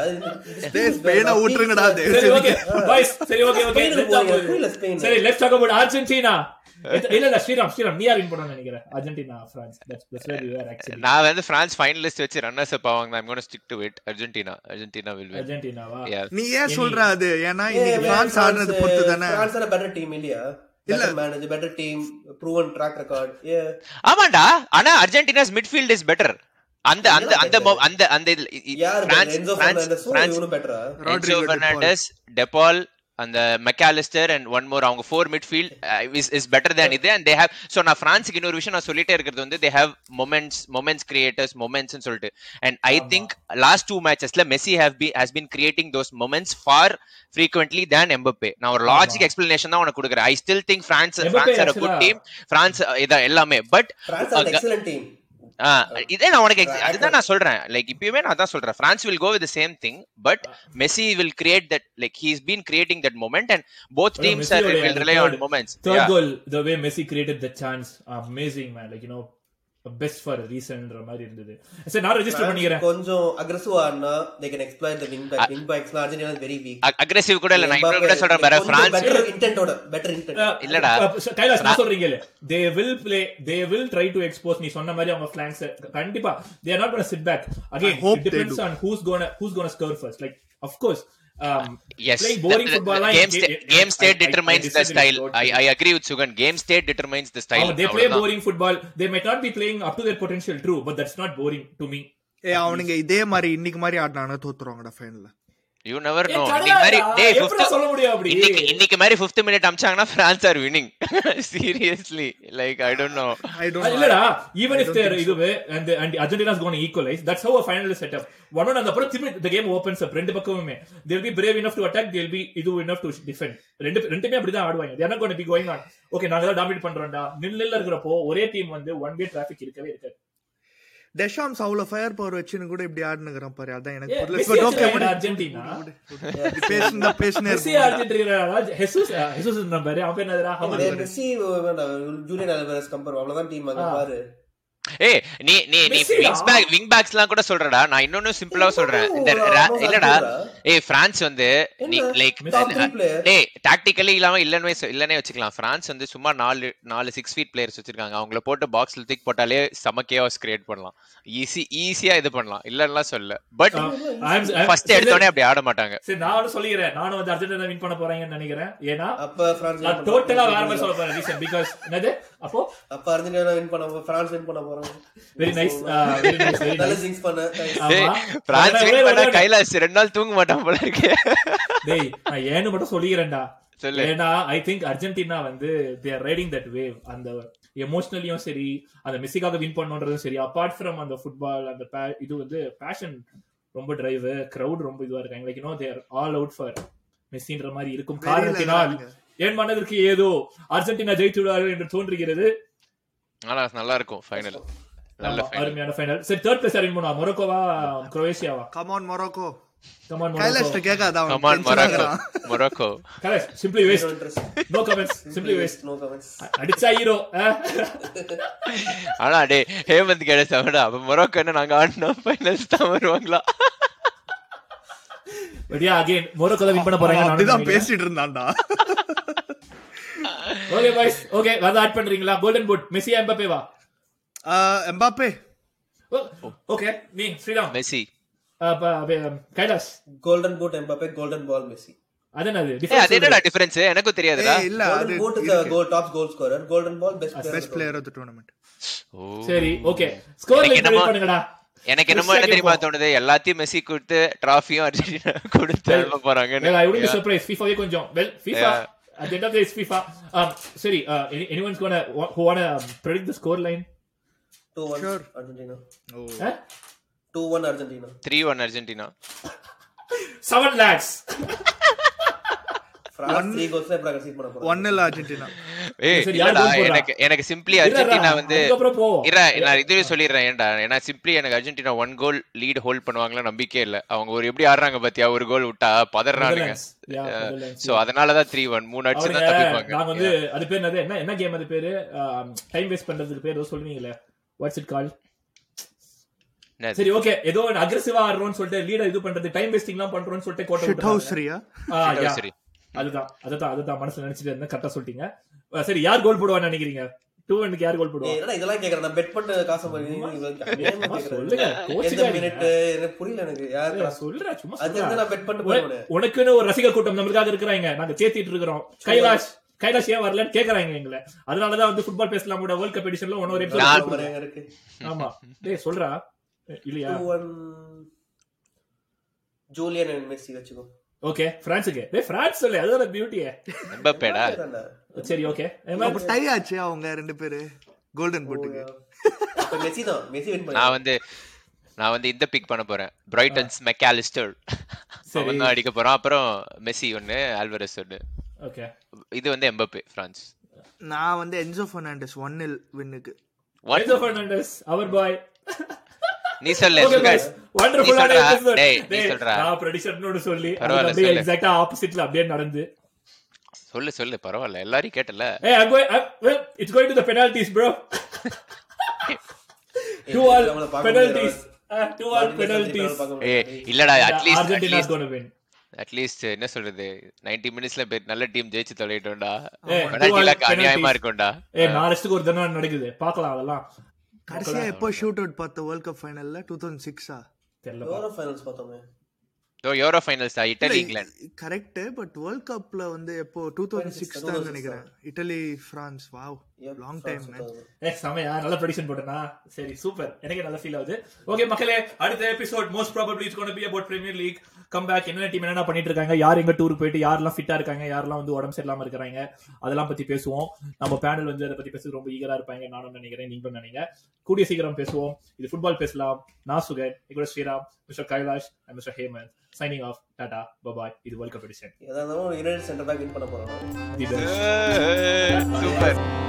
டேய், ஸ்பெயினை விட்டுருங்கடா, தயவு சரி செஞ்சு. ஓகே பாய்ஸ் சரி ஓகே ஓகே ஸ்பெயினுக்கு போறியா? ஸ்பெயின்ல ஸ்பெயின். சரி லெட்ஸ் டாக் அபௌட் அர்ஜென்டினா இல்ல இல்ல ஸ்ரீராம் ஸ்ரீராம் நீ யார் வின் பண்ணுவான்னு நினைக்கிறேன் Argentina France that's that's where you are actually நான் வந்து பிரான்ஸ் ஃபைனலிஸ்ட் வச்சு ரன்னர்ஸ் அப் ஆவாங்க I'm going to stick to it Argentina Argentina will win அர்ஜென்டினாவா yeah நீ ஏன் சொல்ற அது ஏன்னா இன்னைக்கு ஏய், பிரான்ஸ் ஆடுறது பொறுத்து தானே பிரான்ஸ் தானே better team இல்லையா? better manager, better team, proven track record. Yeah. ஆமாண்டா ஆனா அர்ஜென்டினாஸ் மிட்ஃபீல்ட் இஸ் பெட்டர் அந்த அந்த அந்த mo- அந்த அந்த இதுல- இ- இ- யாரு பிரான்ஸ்- Enzo பிரான்ஸ்- Fernandez ஓ பிரான்ஸ்- இவனும் better ஆ? Enzo Rodrigo De Paul. Fernandez De Paul அந்த மெக்காலிஸ்டர் அண்ட் ஒன் மோர் அவங்க uh, four midfield is is better than இது அண்ட் தே ஹேவ் ஸோ நான் பிரான்ஸுக்கு இன்னொரு விஷயம் நான் சொல்லிட்டே இருக்கிறது வந்து they have moments moments creators மொமெண்ட்ஸ்னு சொல்லிட்டு and I think last two மேட்சஸ்ல Messi have be has been creating those moments for frequently than Mbappe நான் ஒரு லாஜிக் எக்ஸ்பிளனேஷன் தான் உனக்கு கொடுக்குறேன் I still think France Mbappe France are good actually- team France இதான் எல்லாமே பட் France are an excellent team. ஆ, இதே நான் உனக்கு ex- Tracker. அதுதான் நான் சொல்றேன் லைக் இப்பயுமே நான் தான் சொல்றேன் France will go with same thing but Messi will create that like he's been creating that moment and both teams are will rely on moments third goal the way Messi created the chance amazing man like you know best for ரீசன்ன்ற மாதிரி இருந்தது சரி நான் register பண்ணிக்கிறேன் கொஞ்சம் aggressive ஆ ஆடுனா, they can exploit the wing back. Wing backs லாம் Argentina is very weak. Aggressive கூட இல்ல நான் Mbappe இன்னொரு கூட சொல்றேன் பாரு கொஞ்சம் பிரான்ஸ் better intent ஓட, better intent. Uh, இல்லடா. கைலாஸ் நான் சொல்றீங்க இல்ல they will play they will try to expose நீ சொன்ன மாதிரி அவங்க flanks கண்டிப்பா they are not gonna sit back again I hope it they depends do. On who's gonna who's gonna score first like of course yes um, playing boring football line, game state I- I- I determines the disagree style with I what I agree with Sugan game state determines the style Oh, they play boring football they might not be playing up to their potential true but that's not boring to me ஏய் அவனுங்க இதே மாதிரி இன்னைக்கு மாதிரி ஆடினாங்கன்னா தோத்துருவாங்கடா ஃபைனல்ல you never ஏய், நோ கடலா இன்னைக்கு மாதிரி டா, டேய் எப்படி ஃபிஃப்த் சொல்ல முடியும் அப்படி? இன்னைக்கு இன்னைக்கு மாதிரி ஃபிஃப்த் மினிட் அமிச்சாங்கன்னா France R winning seriously like I don't know I அது டோன்ட் Ah, இல்லடா ஈவன் இஃப் தேர் இதுவே and and Argentina's gone equalise that's how final set up one one அந்த அப்புறம் திரும்பி த கேம் ஓபன்ஸ் அப் ரெண்டு பக்கமுமே they'll be brave enough to attack they'll be இது enough to defend ரெண்டு ரெண்டுமே அப்படிதான் ஆடுவாங்க they're gonna be going on okay நாங்க தான் டாமினேட் பண்றோம்டா நில் நில்ல இருக்கிறப்போ ஒரே டீம் வந்து ஒன் வே டிராபிக் இருக்கவே இருக்காது டெஷாம்ஸ் அவ்வளவு ஃபயர் பவர் வச்சுன்னு கூட இப்படி ஆடுனுக்குறான் பாரு அதான் எனக்கு ஏய், புரியல மெஸ்ஸி இப்ப டோக்கே வச்சுக்கோங்கடா, விடு. அர்ஜென்டினா இப்படி பேசுனா பேசுனே மெஸ்ஸி இருக்கும். அர்ஜென்டினா ஹெசூஸ் ஹெசூஸ் நம்பர் அவன் பேர் என்னதுடா they ஹமாஸ் Messi, வேணா, Julian Alvarez compare. அவ்வளவுதான் team அங்க, பாரு. ஏய் நீ நீ நீ Messi விங்ஸ் டா. பேக் விங் பேக்ஸ்லாம் கூட சொல்றடா நான் இன்னொன்னு சிம்பிளா இன்னொன்னு சொல்றேன் இந்த ஒரு ரா- almost இல்லடா அடிக்கிறா. ஏய் பிரான்ஸ் வந்து நீ என்ன? Like Top three player. டேய் டாக்டிக்கலி இல்லாம இல்லனே இல்லனே வச்சுக்கலாம் பிரான்ஸ் வந்து சும்மா நாலு நாலு சிக்ஸ் ஃபீட் பிளேயர்ஸ் வச்சிருக்காங்க அவங்கள போட்டு பாக்ஸ்ல தூக்கி போட்டாலே செம கேவாஸ் கிரியேட் பண்ணலாம் ஈஸி ஈஸியா இது பண்ணலாம் இல்லன்னா சொல்ல பட் ஃபர்ஸ்ட் எடுத்தோடனே அப்படி ஆட மாட்டாங்க சரி நானும் சொல்லிக்கிறேன் நானும் வந்து அர்ஜென்டினா வின் பண்ண போறாங்கன்னு நினைக்கிறேன் ஏன்னா அப்ப France win நான் பண்ண டோட்டலா வேற மாதிரி போறாங்க. சொல்ல போறேன் ரீசன் பிகாஸ் என்னது அப்போ அப்ப Argentina win பண்ண போ- France win பண்ண போறாங்க. Very nice very nice very நல்ல நைஸ் jinx பண்ண, thanks. டேய் பிரான்ஸ் வின் பண்ணா கைலாஸ் ரெண்டு நாள் தூங்க மாட்டான் போல இருக்கு டேய் நான் ஏன்னு மட்டும் சொல்லிக்கிறேன்டா சொல்லு. ஏன்னா ஐ திங்க் அர்ஜென்டினா வந்து they are riding that wave அந்த எமோஷனலியும் சரி அந்த மெஸ்ஸிக்காக வின் பண்ணணுன்றதும் சரி அபார்ட் ஃப்ரம் அந்த ஃபுட்பால் அந்த pa- இது வந்து பேஷன் ரொம்ப டிரைவ் கிரவுட் ரொம்ப இதுவா இருக்காங்க like you know they're all out for மெஸ்ஸின்ற மாதிரி இருக்கும் வெளியில காரணத்தினால் இருக்காங்க. என் மனதிற்கு ஏதோ அர்ஜென்டினா ஜெயித்து விடுவார்கள் என்று தோன்றுகிறது ஆனா நல்லா இருக்கும் ஃபைனல் நல்ல ஆமா, ஃபைனல் அருமையான ஃபைனல் சரி தேர்ட் பிளேஸ் அரேஞ்ச் பண்ணுவா மொரோக்கோவா குரோவேஷியாவா Come on, Morocco. கமான் கைலாஷ்ட மொரோக்கோ கேக்காத அவன் கமான் tension மொராக்கோ ஆகுறான். Morocco correct simply No waste interest. No comments simply waste No comments. அடிச்சா ஹீரோ ஆனா டே ஹேமந்த் கிடைச்சாங்கடா அப்ப மொரோக்கோ என்ன நாங்க ஆடினோம் ஃபைனல்ஸ் தான் வருவாங்களா but yeah again Morocco win பண்ண போறாங்க அவன் அப்படிதான் நானும் நினைக்கிறேன். பேசிட்டு இருந்தான்டா ஓகே பாய்ஸ் ஓகே வேற ஆட் பண்றீங்களா கோல்டன் பூட் மெஸ்ஸி எம்பப்பே வா ஆஹ், எம்பாப்பே ஓகே நீ ஸ்ரீராம் மெஸ்ஸி அப்ப, அப்ப, Kailash Golden boot Mbappe, golden ball Messi. அது என்னது ஏய் அது என்னடா டிஃபரன்ஸ் டிஃபரன்ஸ் எனக்கும் தெரியாதுடா ஏய், இல்ல Golden அது boot is the goal- top goal scorer. Golden ball, best player of best the player of the tournament ஓ. சரி ஓகே ஸ்கோர் எனக்கு லைன் என்னமோ- பண்ணுங்கடா எனக்கு என்னமோ என்ன Cristiano தெரியுமா போ. தோணுது எல்லாத்தையும் மெஸ்ஸி கொடுத்து டிராஃபியும் அர்ஜென்டினா கொடுத்து அனுப்ப போறாங்கன்னு Yeah, I wouldn't be surprised. FIFA way கொஞ்சம். Well, FIFA. Yeah. At the end of the day, it's FIFA. Um, sorry, uh, any, anyone's gonna wa- who wanna um, predict the score line? Two one Sure. Argentina. Huh? Two one Argentina. Three one Argentina Seven lakhs. France three goals ல எப்படி concede பண்ண போறாங்க? ஒன்னு இல்ல Argentina ஏய் சரி, யார் இல்லடா goal போடுறா? எனக்கு எனக்கு சிம்பிளி இல்லடா, அர்ஜென்டினா வந்து அதுக்கப்புறம் போவோம். இல்ல நான் இதுவே சொல்லிடுறேன் ஏன்டா ஏன்னா சிம்பிளி எனக்கு Argentina one goal lead hold பண்ணுவாங்களா நம்பிக்கை இல்ல அவங்க ஒரு எப்படி ஆடுறாங்க பாத்தியா ஒரு கோல் விட்டா பதறானுங்க Netherlands. Yeah, Netherlands. சோ அதனாலதான் த்ரீ ஒன் மூணு அடிச்சு தான் அவனுங்க, நாங்க தப்பிப்பாங்க வந்து அது பேர் என்னது என்ன என்ன கேம் அது பேரு டைம் வேஸ்ட் பண்றதுக்கு பேர் ஏதோ சொல்லுவீங்களே வாட்ஸ் இட் கால் என்னது? சரி ஓகே ஏதோ அக்ரெசிவா ஆடுறோம்னு சொல்லிட்டு லீடர் இது பண்றது டைம் வேஸ்டிங் எல்லாம் பண்றோம்னு சொல்லிட்டு கோட்டை ஷிட் ஹவுஸ் ரியா Shit house three. அதுதான் அதுதான் அதுதான் மனசுல நினைச்சிட்டு இருந்தேன் கரெக்டா சொல்லிட்டீங்க அஹ், சரி யார் கோல் போடுவான்னு நினைக்கிறீங்க டூ ஒன்னுக்கு யார் கோல் ஏய், போடுவா என்னடா இதெல்லாம் கேக்குறேன் நான் bet பண்ண காசை மாதிரி நீங்க அம்மா, கேக்குறீங்க. சொல்லுங்க. எந்த கோச்சிக்காதீங்க. minute, எனக்கு புரியல எனக்கு. யார் நான் சொல்றேன் சும்மா அது சொல்றேன். நான் பெட் பண்ணிட்டு உன- போனேன் உனக்குன்னு ஒரு ரசிகர் கூட்டம் நம்மளுக்காக இருக்கிறாங்க நாங்க தேத்திட்டு இருக்கிறோம் கைலாஷ் கைலாஷ் ஏன் வரலன்னு கேக்குறாங்க எங்களை அதனாலதான் வந்து ஃபுட்பால் பேசலாம் கூட வேர்ல்ட் கப் எடிஷன்ல ஒன்னொரு எபிசோட் மரம் இருக்கு ஆமா டேய் சொல்றா இல்லையா Two, one. Julian and Messi வச்சுக்கோ ஓகே பிரான்ஸுக்கு டேய் பிரான்ஸ் சொல்லு அதோட பியூட்டியே எம்பப்பேடா தான்டா. சரி ஓகே அப்ப டை ஆச்சு அவங்க ரெண்டு பேரு கோல்டன் போட்டுக்கு அப்ப மெஸ்ஸி தான் மெஸ்ஸி வின் நான் வந்து நான் வந்து இந்த பிக் பண்ண போறேன் பிரைட்டன்ஸ் மெக்காலிஸ்டர் சரி. அவன் தான் அடிக்க போறான் அப்புறம் மெஸ்ஸி ஒன்னு ஆல்வரஸ் ஒன்னு ஓகே இது வந்து எம்பப்பே பிரான்ஸ் நான் வந்து என்சோ ஃபெர்னாண்டஸ் ஒன் இல் வின்னுக்கு What? என்சோ ஃபெர்னாண்டஸ் அவர் பாய் நீ சொல்லு ஓகே சுகர். गाइस நீ வண்டர்ஃபுல்லான சொல்றா. எபிசோட் டேய், நீ சொல்றா நான் ப்ரெடிக்ஷனோட சொல்லி அது பரவாயில்ல, அப்படியே சொல்லு. எக்ஸாக்ட்டா ஆப்போசிட்ல அப்படியே நடந்து சொல்லு சொல்லு பரவாயில்ல எல்லாரையும் கேட்டல ஏய் I'm going I'm- well, it's going to the penalties bro two all நம்மள பார்க்க penalties முடியாது. Ah, two all penalties ஏ இல்லடா at least Argentina is at least going to win at least என்ன சொல்றது 90 மினிட்ஸ்ல நல்ல டீம் ஜெயிச்சு தொலைட்டோம்டா ஏய், பெனால்டிலாக்கு penalties. அநியாயமா இருக்கும்டா ஏய் நாலஸ்ட்டுக்கு ஒரு தடவை நடக்குது பார்க்கலாம் அதெல்லாம் கடைசியா எப்போ ஷூட் அவுட் பார்த்த வேர்ல்ட் கப் ஃபைனல்ல டூ தௌசண்ட் சிக்ஸா தெரியல யூரோ ஃபைனல்ஸ் பார்த்தோமே தோ யூரோ ஃபைனல்ஸ் தான் Italy England correct but world கப்ல வந்து எப்போ டூ தௌசண்ட் சிக்ஸ் தான் நினைக்கிறேன் Italy France wow Yep, long time France சுத்தாது. ஏய் செமையா நல்ல ப்ரெடிக்ஷன் போட்டனா சரி சூப்பர் எனக்கு நல்ல ஃபீல் ஆகுது ஓகே மக்களே அடுத்த episode most probably it's gonna be about premier league come back என்ன டீம் என்னென்ன பண்ணிட்டு இருக்காங்க யார் எங்க டூருக்கு போயிட்டு யாரெல்லாம் ஃபிட்டா இருக்காங்க யாரெல்லாம் வந்து உடம்பு சரியில்லாம இருக்காங்க அதெல்லாம் பத்தி பேசுவோம் நம்ம பேனல் வந்து அதை பத்தி பேசுறது ரொம்ப ஈகரா இருப்பாங்க நானும் நினைக்கிறேன் நீங்களும் நினைக்கிறேன் கூடிய சீக்கிரம் பேசுவோம் இது ஃபுட்பால் பேசலாம் நான் சுகர் எங்களோட Sriram mister Kailash and mister Hemant signing off Tata bye bye இது வேர்ல்ட் கப் எடிஷன் எதா இருந்தாலும் யுனைடெட் சென்டர் பேக் வின் பண்ண போறோம் தி பெஸ்ட் சூப்பர்